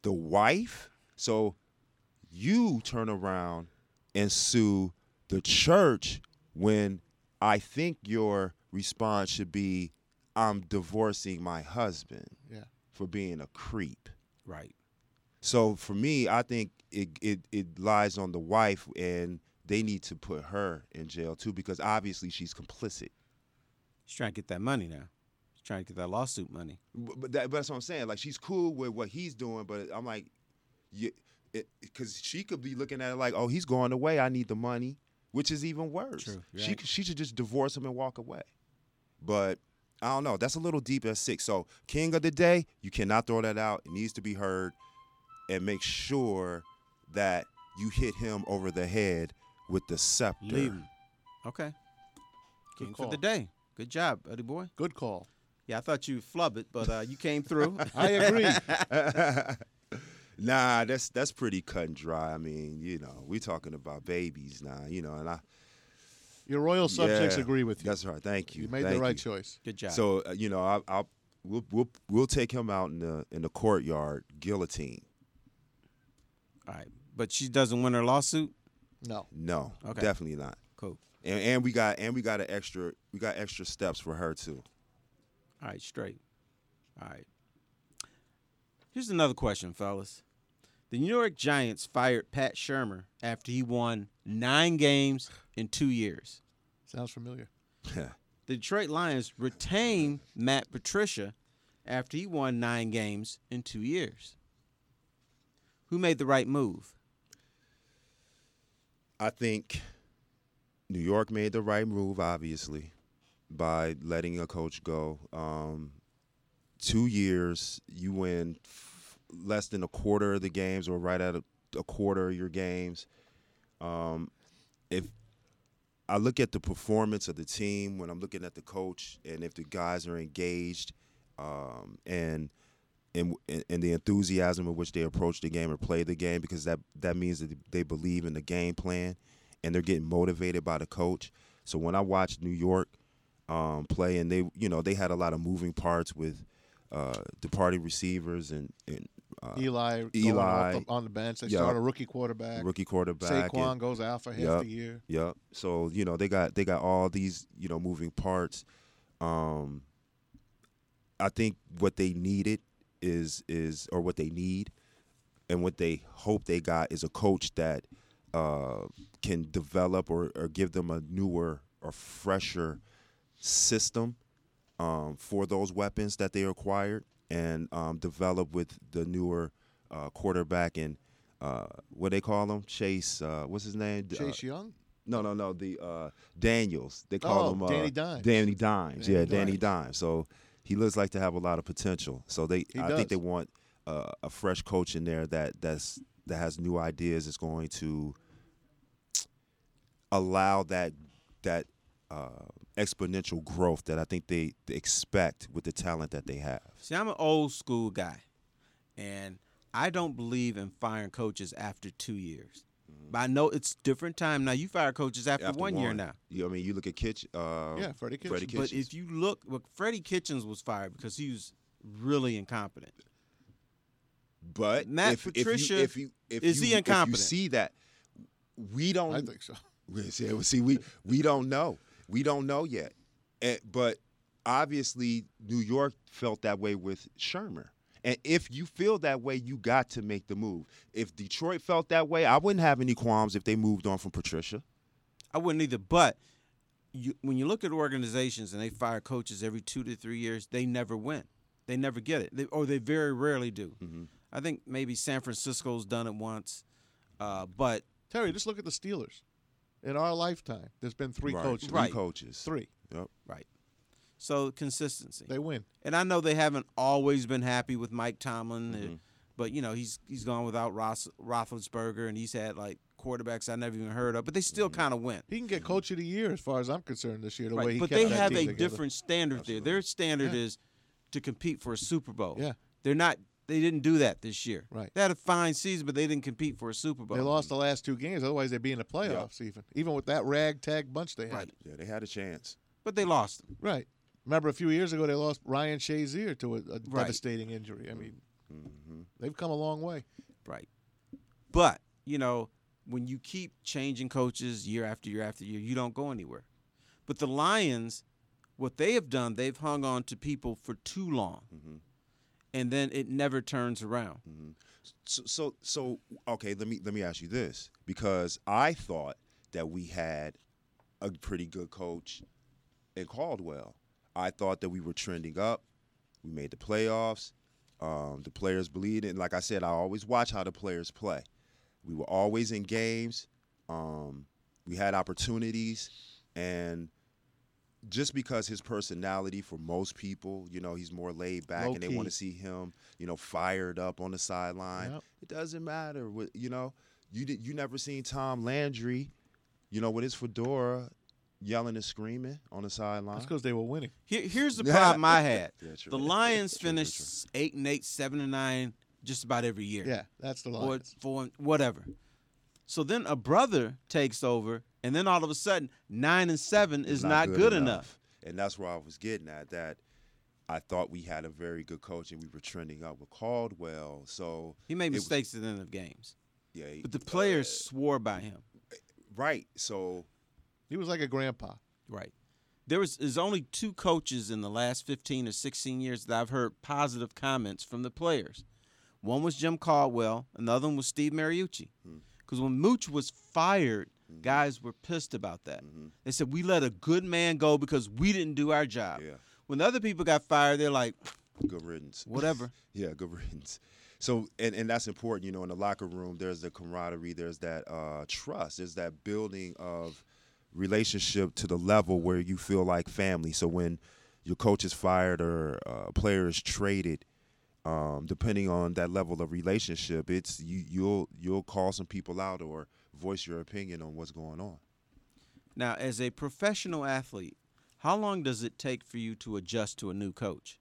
[SPEAKER 2] the wife so you turn around and sue the church when i think your response should be i'm divorcing my husband
[SPEAKER 3] Yeah.
[SPEAKER 2] for being a creep.
[SPEAKER 1] Right.
[SPEAKER 2] So for me, I think it it it lies on the wife, and they need to put her in jail too because obviously she's complicit.
[SPEAKER 1] He's trying to get that money now. He's trying to get that lawsuit money.
[SPEAKER 2] But but that, but that's what I'm saying. Like she's cool with what he's doing, but I'm like, yeah, because she could be looking at it like, oh, he's going away. I need the money, which is even worse.
[SPEAKER 1] True, you're
[SPEAKER 2] She
[SPEAKER 1] right.
[SPEAKER 2] could- she should just divorce him and walk away. But I don't know. That's a little deep at six. So king of the day, you cannot throw that out. It needs to be heard, and make sure that you hit him over the head with the scepter.
[SPEAKER 1] Leave him. Okay.
[SPEAKER 3] Good
[SPEAKER 1] King for
[SPEAKER 3] call.
[SPEAKER 1] the day. Good job, buddy boy.
[SPEAKER 3] Good call.
[SPEAKER 1] Yeah, I thought you flub it, but uh, you came through.
[SPEAKER 3] I agree.
[SPEAKER 2] nah, that's that's pretty cut and dry. I mean, you know, we're talking about babies now, you know, and I
[SPEAKER 3] Your royal subjects
[SPEAKER 2] yeah,
[SPEAKER 3] agree with you.
[SPEAKER 2] That's right. Thank you.
[SPEAKER 3] You made the
[SPEAKER 2] Thank
[SPEAKER 3] right
[SPEAKER 2] you.
[SPEAKER 3] choice.
[SPEAKER 1] Good job.
[SPEAKER 2] So uh, you know, I, I'll we'll, we'll we'll take him out in the in the courtyard guillotine.
[SPEAKER 1] All right. But she doesn't win her lawsuit?
[SPEAKER 3] No.
[SPEAKER 2] No,
[SPEAKER 1] Okay.
[SPEAKER 2] definitely not.
[SPEAKER 1] Cool.
[SPEAKER 2] And, and we got and we got an extra we got extra steps for her too.
[SPEAKER 1] All right, straight. All right. Here's another question, fellas. The New York Giants fired Pat Shermer after he won nine games in two years.
[SPEAKER 3] Sounds familiar.
[SPEAKER 1] The Detroit Lions retain Matt Patricia after he won nine games in two years. Who made the right move?
[SPEAKER 2] I think New York made the right move, obviously, by letting a coach go. Um, two years, you win f- less than a quarter of the games, or right at a, a quarter of your games. Um, if I look at the performance of the team when I'm looking at the coach, and if the guys are engaged, um, and and, and the enthusiasm with which they approach the game or play the game because that that means that they believe in the game plan and they're getting motivated by the coach. So when I watched New York um, play and they you know they had a lot of moving parts with uh, departing receivers and, and uh,
[SPEAKER 3] Eli, going
[SPEAKER 2] Eli.
[SPEAKER 3] off the, on the bench. They
[SPEAKER 2] Yeah.
[SPEAKER 3] start a rookie quarterback.
[SPEAKER 2] rookie quarterback. and-
[SPEAKER 3] Saquon goes out for half
[SPEAKER 2] Yup.
[SPEAKER 3] the year.
[SPEAKER 2] Yep. So you know they got they got all these you know moving parts. Um, I think what they needed is is or what they need, and what they hope they got is a coach that uh, can develop or, or give them a newer or fresher system um, for those weapons that they acquired and um, develop with the newer uh, quarterback and uh, what they call him Chase. Uh, what's his name? Uh,
[SPEAKER 3] Chase Young.
[SPEAKER 2] no, no, no. The uh, Daniels. They call
[SPEAKER 3] Oh,
[SPEAKER 2] him uh,
[SPEAKER 3] Danny Dimes.
[SPEAKER 2] Danny Dimes. yeah,
[SPEAKER 3] Danny
[SPEAKER 2] Danny Dimes. So he looks like to have a lot of potential. So they,
[SPEAKER 3] He
[SPEAKER 2] I
[SPEAKER 3] does.
[SPEAKER 2] think they want uh, a fresh coach in there that that's that has new ideas. Is going to allow that that uh, exponential growth that I think they, they expect with the talent that they have.
[SPEAKER 1] See, I'm an old school guy, and I don't believe in firing coaches after two years. But I know it's different time now. You fire coaches Mm-hmm. after,
[SPEAKER 2] After
[SPEAKER 1] one, year now.
[SPEAKER 2] You, I mean, you look at Kitch. Uh,
[SPEAKER 3] yeah, Freddie Kitchens.
[SPEAKER 2] Freddie
[SPEAKER 1] But if you look, well, Freddie Kitchens was fired because he was really incompetent.
[SPEAKER 2] But
[SPEAKER 1] Matt
[SPEAKER 2] if,
[SPEAKER 1] Patricia,
[SPEAKER 2] if you, if you, if
[SPEAKER 1] is he
[SPEAKER 2] you,
[SPEAKER 1] incompetent?
[SPEAKER 2] If you see that. We don't.
[SPEAKER 1] Um,
[SPEAKER 3] I think so.
[SPEAKER 2] We see, we see, we we don't know. We don't know yet. And, but obviously, New York felt that way with Shermer. And if you feel that way, you got to make the move. If Detroit felt that way, I wouldn't have any qualms if they moved on from Patricia.
[SPEAKER 1] I wouldn't either. But you, when you look at organizations and they fire coaches every two to three years, they never win. They never get it, they, or they very rarely do. I think maybe San Francisco's done it once, uh, but
[SPEAKER 3] Terry, just look at the Steelers. In our lifetime, there's been three coaches.
[SPEAKER 2] Three
[SPEAKER 1] Right.
[SPEAKER 2] coaches.
[SPEAKER 3] Three.
[SPEAKER 2] Yep.
[SPEAKER 1] right. So consistency.
[SPEAKER 3] They win.
[SPEAKER 1] And I know they haven't always been happy with Mike Tomlin, uh, but you know he's he's gone without Ross, Roethlisberger, and he's had like quarterbacks I never even heard of, but they still kind of win.
[SPEAKER 3] He can
[SPEAKER 2] Mm-hmm.
[SPEAKER 3] get coach of the year, as far as I'm concerned, this year. The way
[SPEAKER 1] Right.
[SPEAKER 3] he
[SPEAKER 1] But
[SPEAKER 3] kept
[SPEAKER 1] they
[SPEAKER 3] that
[SPEAKER 1] have a
[SPEAKER 3] team together.
[SPEAKER 1] different standard there. Their standard
[SPEAKER 3] Yeah.
[SPEAKER 1] is to compete for a Super Bowl.
[SPEAKER 3] Yeah.
[SPEAKER 1] They're not. They didn't do that this year.
[SPEAKER 3] Right.
[SPEAKER 1] They had a fine season, but they didn't compete for a Super Bowl.
[SPEAKER 3] They lost the last two games. Otherwise, they'd be in the playoffs, even even with that ragtag bunch they had.
[SPEAKER 1] Right.
[SPEAKER 2] Yeah, they had a chance.
[SPEAKER 1] But they lost.
[SPEAKER 3] Right. Remember a few years ago they lost Ryan Shazier to a, a
[SPEAKER 1] Right.
[SPEAKER 3] devastating injury. I mean,
[SPEAKER 2] Mm-hmm.
[SPEAKER 3] they've come a long way.
[SPEAKER 1] Right. But, you know, when you keep changing coaches year after year after year, you don't go anywhere. But the Lions, what they have done, they've hung on to people for too long. and then it never turns around.
[SPEAKER 2] So, so so okay let me let me ask you this because i thought that we had a pretty good coach in caldwell i thought that we were trending up we made the playoffs um, the players believed it. and like i said i always watch how the players play we were always in games um, we had opportunities and just because his personality for most people you know he's more laid back and they
[SPEAKER 3] Low-key.
[SPEAKER 2] want to see him you know fired up on the sideline
[SPEAKER 3] Yep.
[SPEAKER 2] it doesn't matter what you know you did you never seen tom landry you know with his fedora yelling and screaming on the sideline
[SPEAKER 3] That's because they were winning.
[SPEAKER 1] Here, here's the problem I had.
[SPEAKER 2] Yeah, true.
[SPEAKER 1] The Lions
[SPEAKER 2] True, true,
[SPEAKER 1] finished
[SPEAKER 2] true.
[SPEAKER 1] eight and eight, seven and nine, just about every year.
[SPEAKER 3] Yeah, that's the
[SPEAKER 1] or
[SPEAKER 3] Lions.
[SPEAKER 1] four, whatever. So then a brother takes over, and then all of a sudden, nine and seven is not, good, enough.
[SPEAKER 2] And that's where I was getting at that. I thought we had a very good coach and we were trending up with Caldwell. So
[SPEAKER 1] He made
[SPEAKER 2] It was-
[SPEAKER 1] mistakes at the end of games,
[SPEAKER 2] yeah, he-
[SPEAKER 1] but the players swore by him.
[SPEAKER 2] right. So
[SPEAKER 3] He was like a grandpa.
[SPEAKER 1] Right. There was is only two coaches in the last 15 or 16 years that I've heard positive comments from the players. One was Jim Caldwell, another one was Steve Mariucci.
[SPEAKER 2] Hmm.
[SPEAKER 1] Because when Mooch was fired, guys were pissed about that.
[SPEAKER 2] Hmm.
[SPEAKER 1] They said we let a good man go because we didn't do our job.
[SPEAKER 2] Yeah.
[SPEAKER 1] When other people got fired, they're like,
[SPEAKER 2] good riddance.
[SPEAKER 1] whatever.
[SPEAKER 2] Yeah, good riddance. So and, and that's important, you know, in the locker room there's the camaraderie, there's that uh, trust, there's that building of relationship to the level where you feel like family. So when your coach is fired or uh, a player is traded, um, depending on that level of relationship, it's you you'll you'll call some people out or voice your opinion on what's going on.
[SPEAKER 1] now, as a professional athlete, how long does it take for you to adjust to a new coach?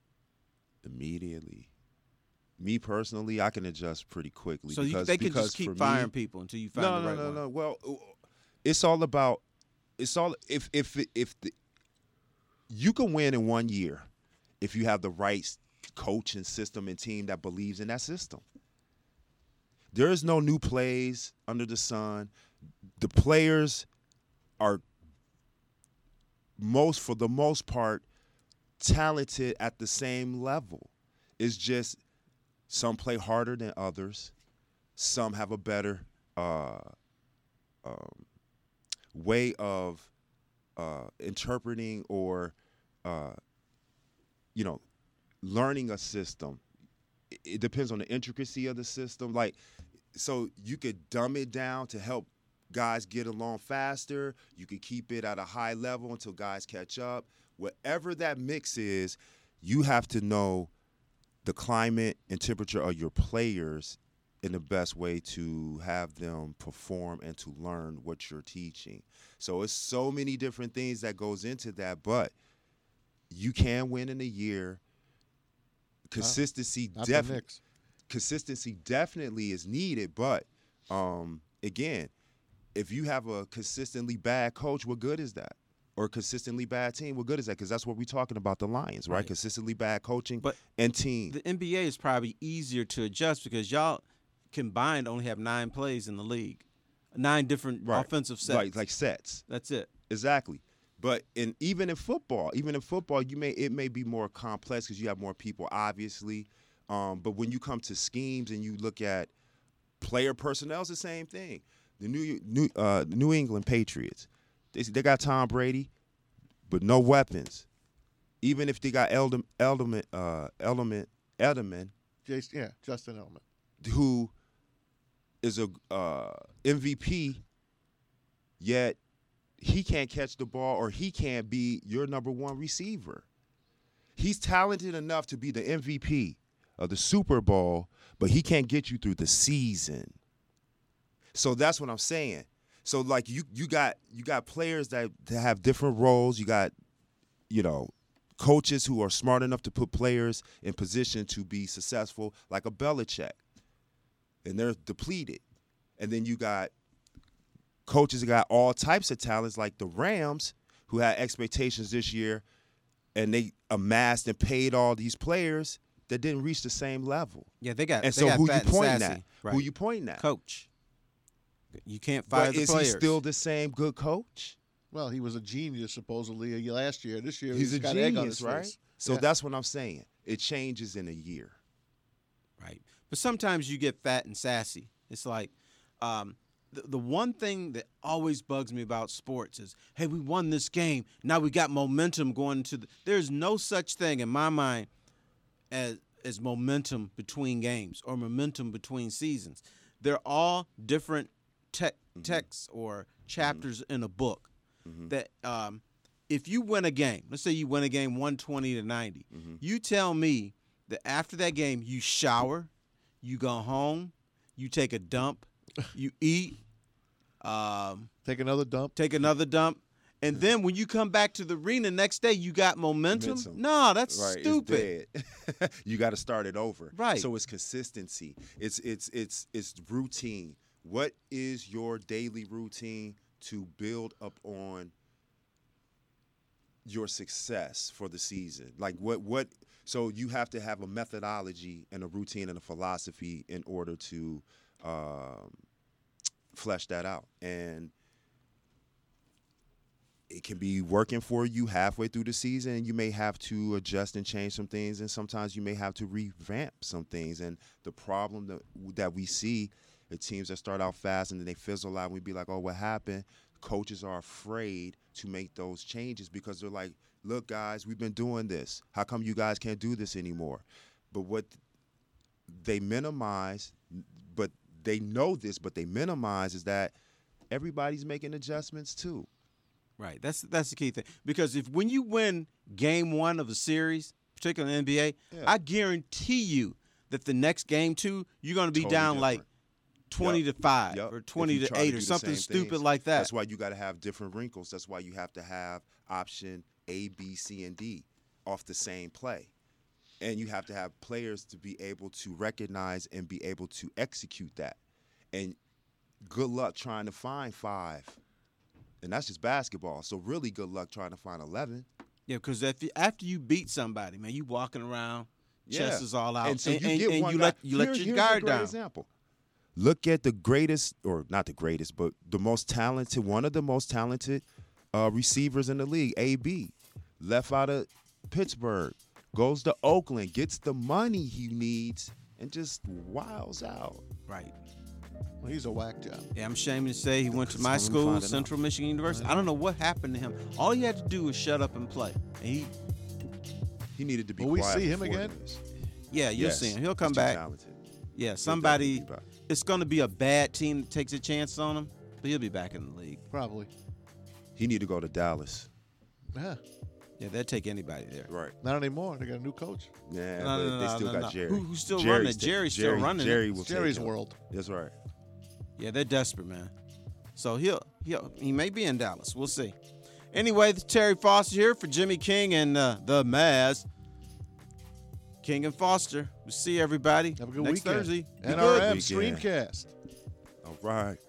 [SPEAKER 2] Immediately. Me personally, I can adjust pretty quickly.
[SPEAKER 1] So you,
[SPEAKER 2] because-
[SPEAKER 1] they can
[SPEAKER 2] because
[SPEAKER 1] just
[SPEAKER 2] for
[SPEAKER 1] keep
[SPEAKER 2] me-
[SPEAKER 1] firing people until you find
[SPEAKER 2] no,
[SPEAKER 1] the right
[SPEAKER 2] no, no,
[SPEAKER 1] one.
[SPEAKER 2] no. Well, uh, it's all about. It's all if if if the, you can win in one year, if you have the right s- coach and system and team that believes in that system. There is no new plays under the sun. The players are most for the most part talented at the same level. It's just some play harder than others. Some have a better uh, um, way of uh, interpreting or uh, you know learning a system. It- It depends on the intricacy of the system. Like so you could dumb it down to help guys get along faster. You could keep it at a high level until guys catch up. Whatever that mix is, you have to know the climate and temperature of your players in the best way to have them perform and to learn what you're teaching. So it's so many different things that goes into that, but you can win in a year. Consistency
[SPEAKER 3] Not the
[SPEAKER 2] definitely
[SPEAKER 3] Knicks.
[SPEAKER 2] consistency definitely is needed, but um, again, if you have a consistently bad coach, what good is that? Or consistently bad team, what good is that? Because that's what we're talking about the Lions, right?
[SPEAKER 1] Right.
[SPEAKER 2] Consistently bad coaching
[SPEAKER 1] But
[SPEAKER 2] and team.
[SPEAKER 1] the NBA is probably easier to adjust because y'all combined only have nine plays in the league, nine different
[SPEAKER 2] Right.
[SPEAKER 1] offensive sets.
[SPEAKER 2] Like like sets.
[SPEAKER 1] That's it.
[SPEAKER 2] Exactly. But in even in football, even in football, you may it may be more complex because you have more people, obviously. Um, but when you come to schemes and you look at player personnel, it's the same thing. The New New uh, New England Patriots, they they got Tom Brady, but no weapons. Even if they got Eldam Elderman uh, Elderman Edelman,
[SPEAKER 3] Jason, yeah, Justin Elman.
[SPEAKER 2] who is a uh, MVP, yet he can't catch the ball or he can't be your number one receiver. He's talented enough to be the MVP of the Super Bowl, but he can't get you through the season. So that's what I'm saying. So like you you got you got players that, that have different roles. You got you know, coaches who are smart enough to put players in position to be successful, like a Belichick, and they're depleted. And then you got coaches that got all types of talents, like the Rams, who had expectations this year, and they amassed and paid all these players that didn't reach the same level.
[SPEAKER 1] Yeah, they got.
[SPEAKER 2] And
[SPEAKER 1] they
[SPEAKER 2] so
[SPEAKER 1] got
[SPEAKER 2] who you
[SPEAKER 1] fat and
[SPEAKER 2] pointing
[SPEAKER 1] sassy.
[SPEAKER 2] at?
[SPEAKER 1] Right.
[SPEAKER 2] Who you pointing at?
[SPEAKER 1] coach? You can't fire
[SPEAKER 2] but
[SPEAKER 1] the
[SPEAKER 2] is
[SPEAKER 1] players.
[SPEAKER 2] he still the same good coach?
[SPEAKER 3] Well, he was a genius supposedly last year. This year
[SPEAKER 2] He's a
[SPEAKER 3] got egg on his
[SPEAKER 2] genius, right?
[SPEAKER 3] face.
[SPEAKER 2] So
[SPEAKER 3] Yeah.
[SPEAKER 2] that's what I'm saying. It changes in a year.
[SPEAKER 1] right? But sometimes you get fat and sassy. It's like um, the, the one thing that always bugs me about sports is, hey, we won this game. Now we got momentum going to the. There's no such thing in my mind as as momentum between games or momentum between seasons. They're all different te- texts or chapters in a book. That um, if you win a game, let's say you win a game 120 to 90,
[SPEAKER 2] Mm-hmm.
[SPEAKER 1] you tell me that after that game you shower, you go home, you take a dump, you eat, um,
[SPEAKER 3] Take another dump.
[SPEAKER 1] take another dump. And then when you come back to the arena next day, you got momentum.
[SPEAKER 2] Momentum.
[SPEAKER 1] No, that's
[SPEAKER 2] Right,
[SPEAKER 1] stupid.
[SPEAKER 2] It's dead. you got to start it over.
[SPEAKER 1] Right.
[SPEAKER 2] So it's consistency. It's it's it's it's routine. What is your daily routine to build up on your success for the season? Like what what so you have to have a methodology and a routine and a philosophy in order to um, flesh that out. And it can be working for you halfway through the season. You may have to adjust and change some things, and sometimes you may have to revamp some things. And the problem that, that we see, the teams that start out fast and then they fizzle out, we be like, oh, what happened? Coaches are afraid to make those changes because they're like, look, guys, we've been doing this. How come you guys can't do this anymore? But what they minimize, but they know this, but they minimize is that everybody's making adjustments too.
[SPEAKER 1] Right. That's that's the key thing because if when you win game one of a series, particularly in the NBA,
[SPEAKER 2] Yeah.
[SPEAKER 1] I guarantee you that the next game two you're going to be
[SPEAKER 2] Totally
[SPEAKER 1] down like
[SPEAKER 2] different.
[SPEAKER 1] twenty to five
[SPEAKER 2] Yup.
[SPEAKER 1] or
[SPEAKER 2] If
[SPEAKER 1] twenty
[SPEAKER 2] you
[SPEAKER 1] to
[SPEAKER 2] try
[SPEAKER 1] eight
[SPEAKER 2] do
[SPEAKER 1] or
[SPEAKER 2] the
[SPEAKER 1] something
[SPEAKER 2] same
[SPEAKER 1] stupid
[SPEAKER 2] things,
[SPEAKER 1] like that.
[SPEAKER 2] That's why you got to have different wrinkles. That's why you have to have option A, B, C, and D off the same play. And you have to have players to be able to recognize and be able to execute that. And good luck trying to find five. And that's just basketball. So really good luck trying to find 11.
[SPEAKER 1] Yeah, because if you, after you beat somebody, man, you walking around, chest
[SPEAKER 2] Yeah.
[SPEAKER 1] is all out,
[SPEAKER 2] And so you
[SPEAKER 1] and,
[SPEAKER 2] get
[SPEAKER 1] and
[SPEAKER 2] one
[SPEAKER 1] you
[SPEAKER 2] guy.
[SPEAKER 1] let you let
[SPEAKER 2] Here-
[SPEAKER 1] your
[SPEAKER 2] here's a
[SPEAKER 1] guard
[SPEAKER 2] great
[SPEAKER 1] down.
[SPEAKER 2] Example. Look at the greatest, or not the greatest, but the most talented, one of the most talented uh, receivers in the league, AB, left out of Pittsburgh, goes to Oakland, gets the money he needs, and just wows out.
[SPEAKER 1] Right.
[SPEAKER 3] Well, he's a whack job.
[SPEAKER 1] Yeah, I'm ashamed to say he went to my
[SPEAKER 2] Someone
[SPEAKER 1] school,
[SPEAKER 2] find it out.
[SPEAKER 1] Central Michigan University. I don't know what happened to him. All he had to do was shut up and play, and he
[SPEAKER 2] He needed to be.
[SPEAKER 3] Will we
[SPEAKER 2] quiet
[SPEAKER 3] see him
[SPEAKER 2] before
[SPEAKER 3] again?
[SPEAKER 2] this.
[SPEAKER 1] yeah, you'll
[SPEAKER 2] Yes,
[SPEAKER 1] see him. He'll
[SPEAKER 2] he's
[SPEAKER 1] come
[SPEAKER 2] too
[SPEAKER 1] back.
[SPEAKER 2] talented.
[SPEAKER 1] Yeah, somebody.
[SPEAKER 2] definitely be back.
[SPEAKER 1] It's going to be a bad team that takes a chance on him, but he'll be back in the league.
[SPEAKER 3] Probably.
[SPEAKER 2] He need to go to Dallas.
[SPEAKER 3] Yeah.
[SPEAKER 1] Yeah, they'll take anybody there.
[SPEAKER 2] Right.
[SPEAKER 3] Not anymore. They got a new coach.
[SPEAKER 2] Yeah,
[SPEAKER 1] No,
[SPEAKER 2] but
[SPEAKER 1] no, no,
[SPEAKER 2] they
[SPEAKER 1] no,
[SPEAKER 2] still
[SPEAKER 1] no,
[SPEAKER 2] got
[SPEAKER 1] no.
[SPEAKER 2] Jerry.
[SPEAKER 1] Who- who's still
[SPEAKER 2] Jerry's
[SPEAKER 1] running?
[SPEAKER 2] still-
[SPEAKER 1] Jerry's still
[SPEAKER 2] Jerry-
[SPEAKER 1] running.
[SPEAKER 2] Jerry will
[SPEAKER 3] It's
[SPEAKER 2] take
[SPEAKER 3] Jerry's
[SPEAKER 2] him.
[SPEAKER 3] world.
[SPEAKER 2] That's right.
[SPEAKER 1] Yeah, they're desperate, man. So he'll he'll he may be in Dallas. We'll see. Anyway, this is Terry Foster here for Jimmy King and uh, the Maz. King and Foster. We'll see you, everybody.
[SPEAKER 3] Have a good
[SPEAKER 1] next
[SPEAKER 3] weekend.
[SPEAKER 1] Thursday. Be good.
[SPEAKER 3] NRM
[SPEAKER 2] Weekend.
[SPEAKER 3] Streamcast.
[SPEAKER 2] All right.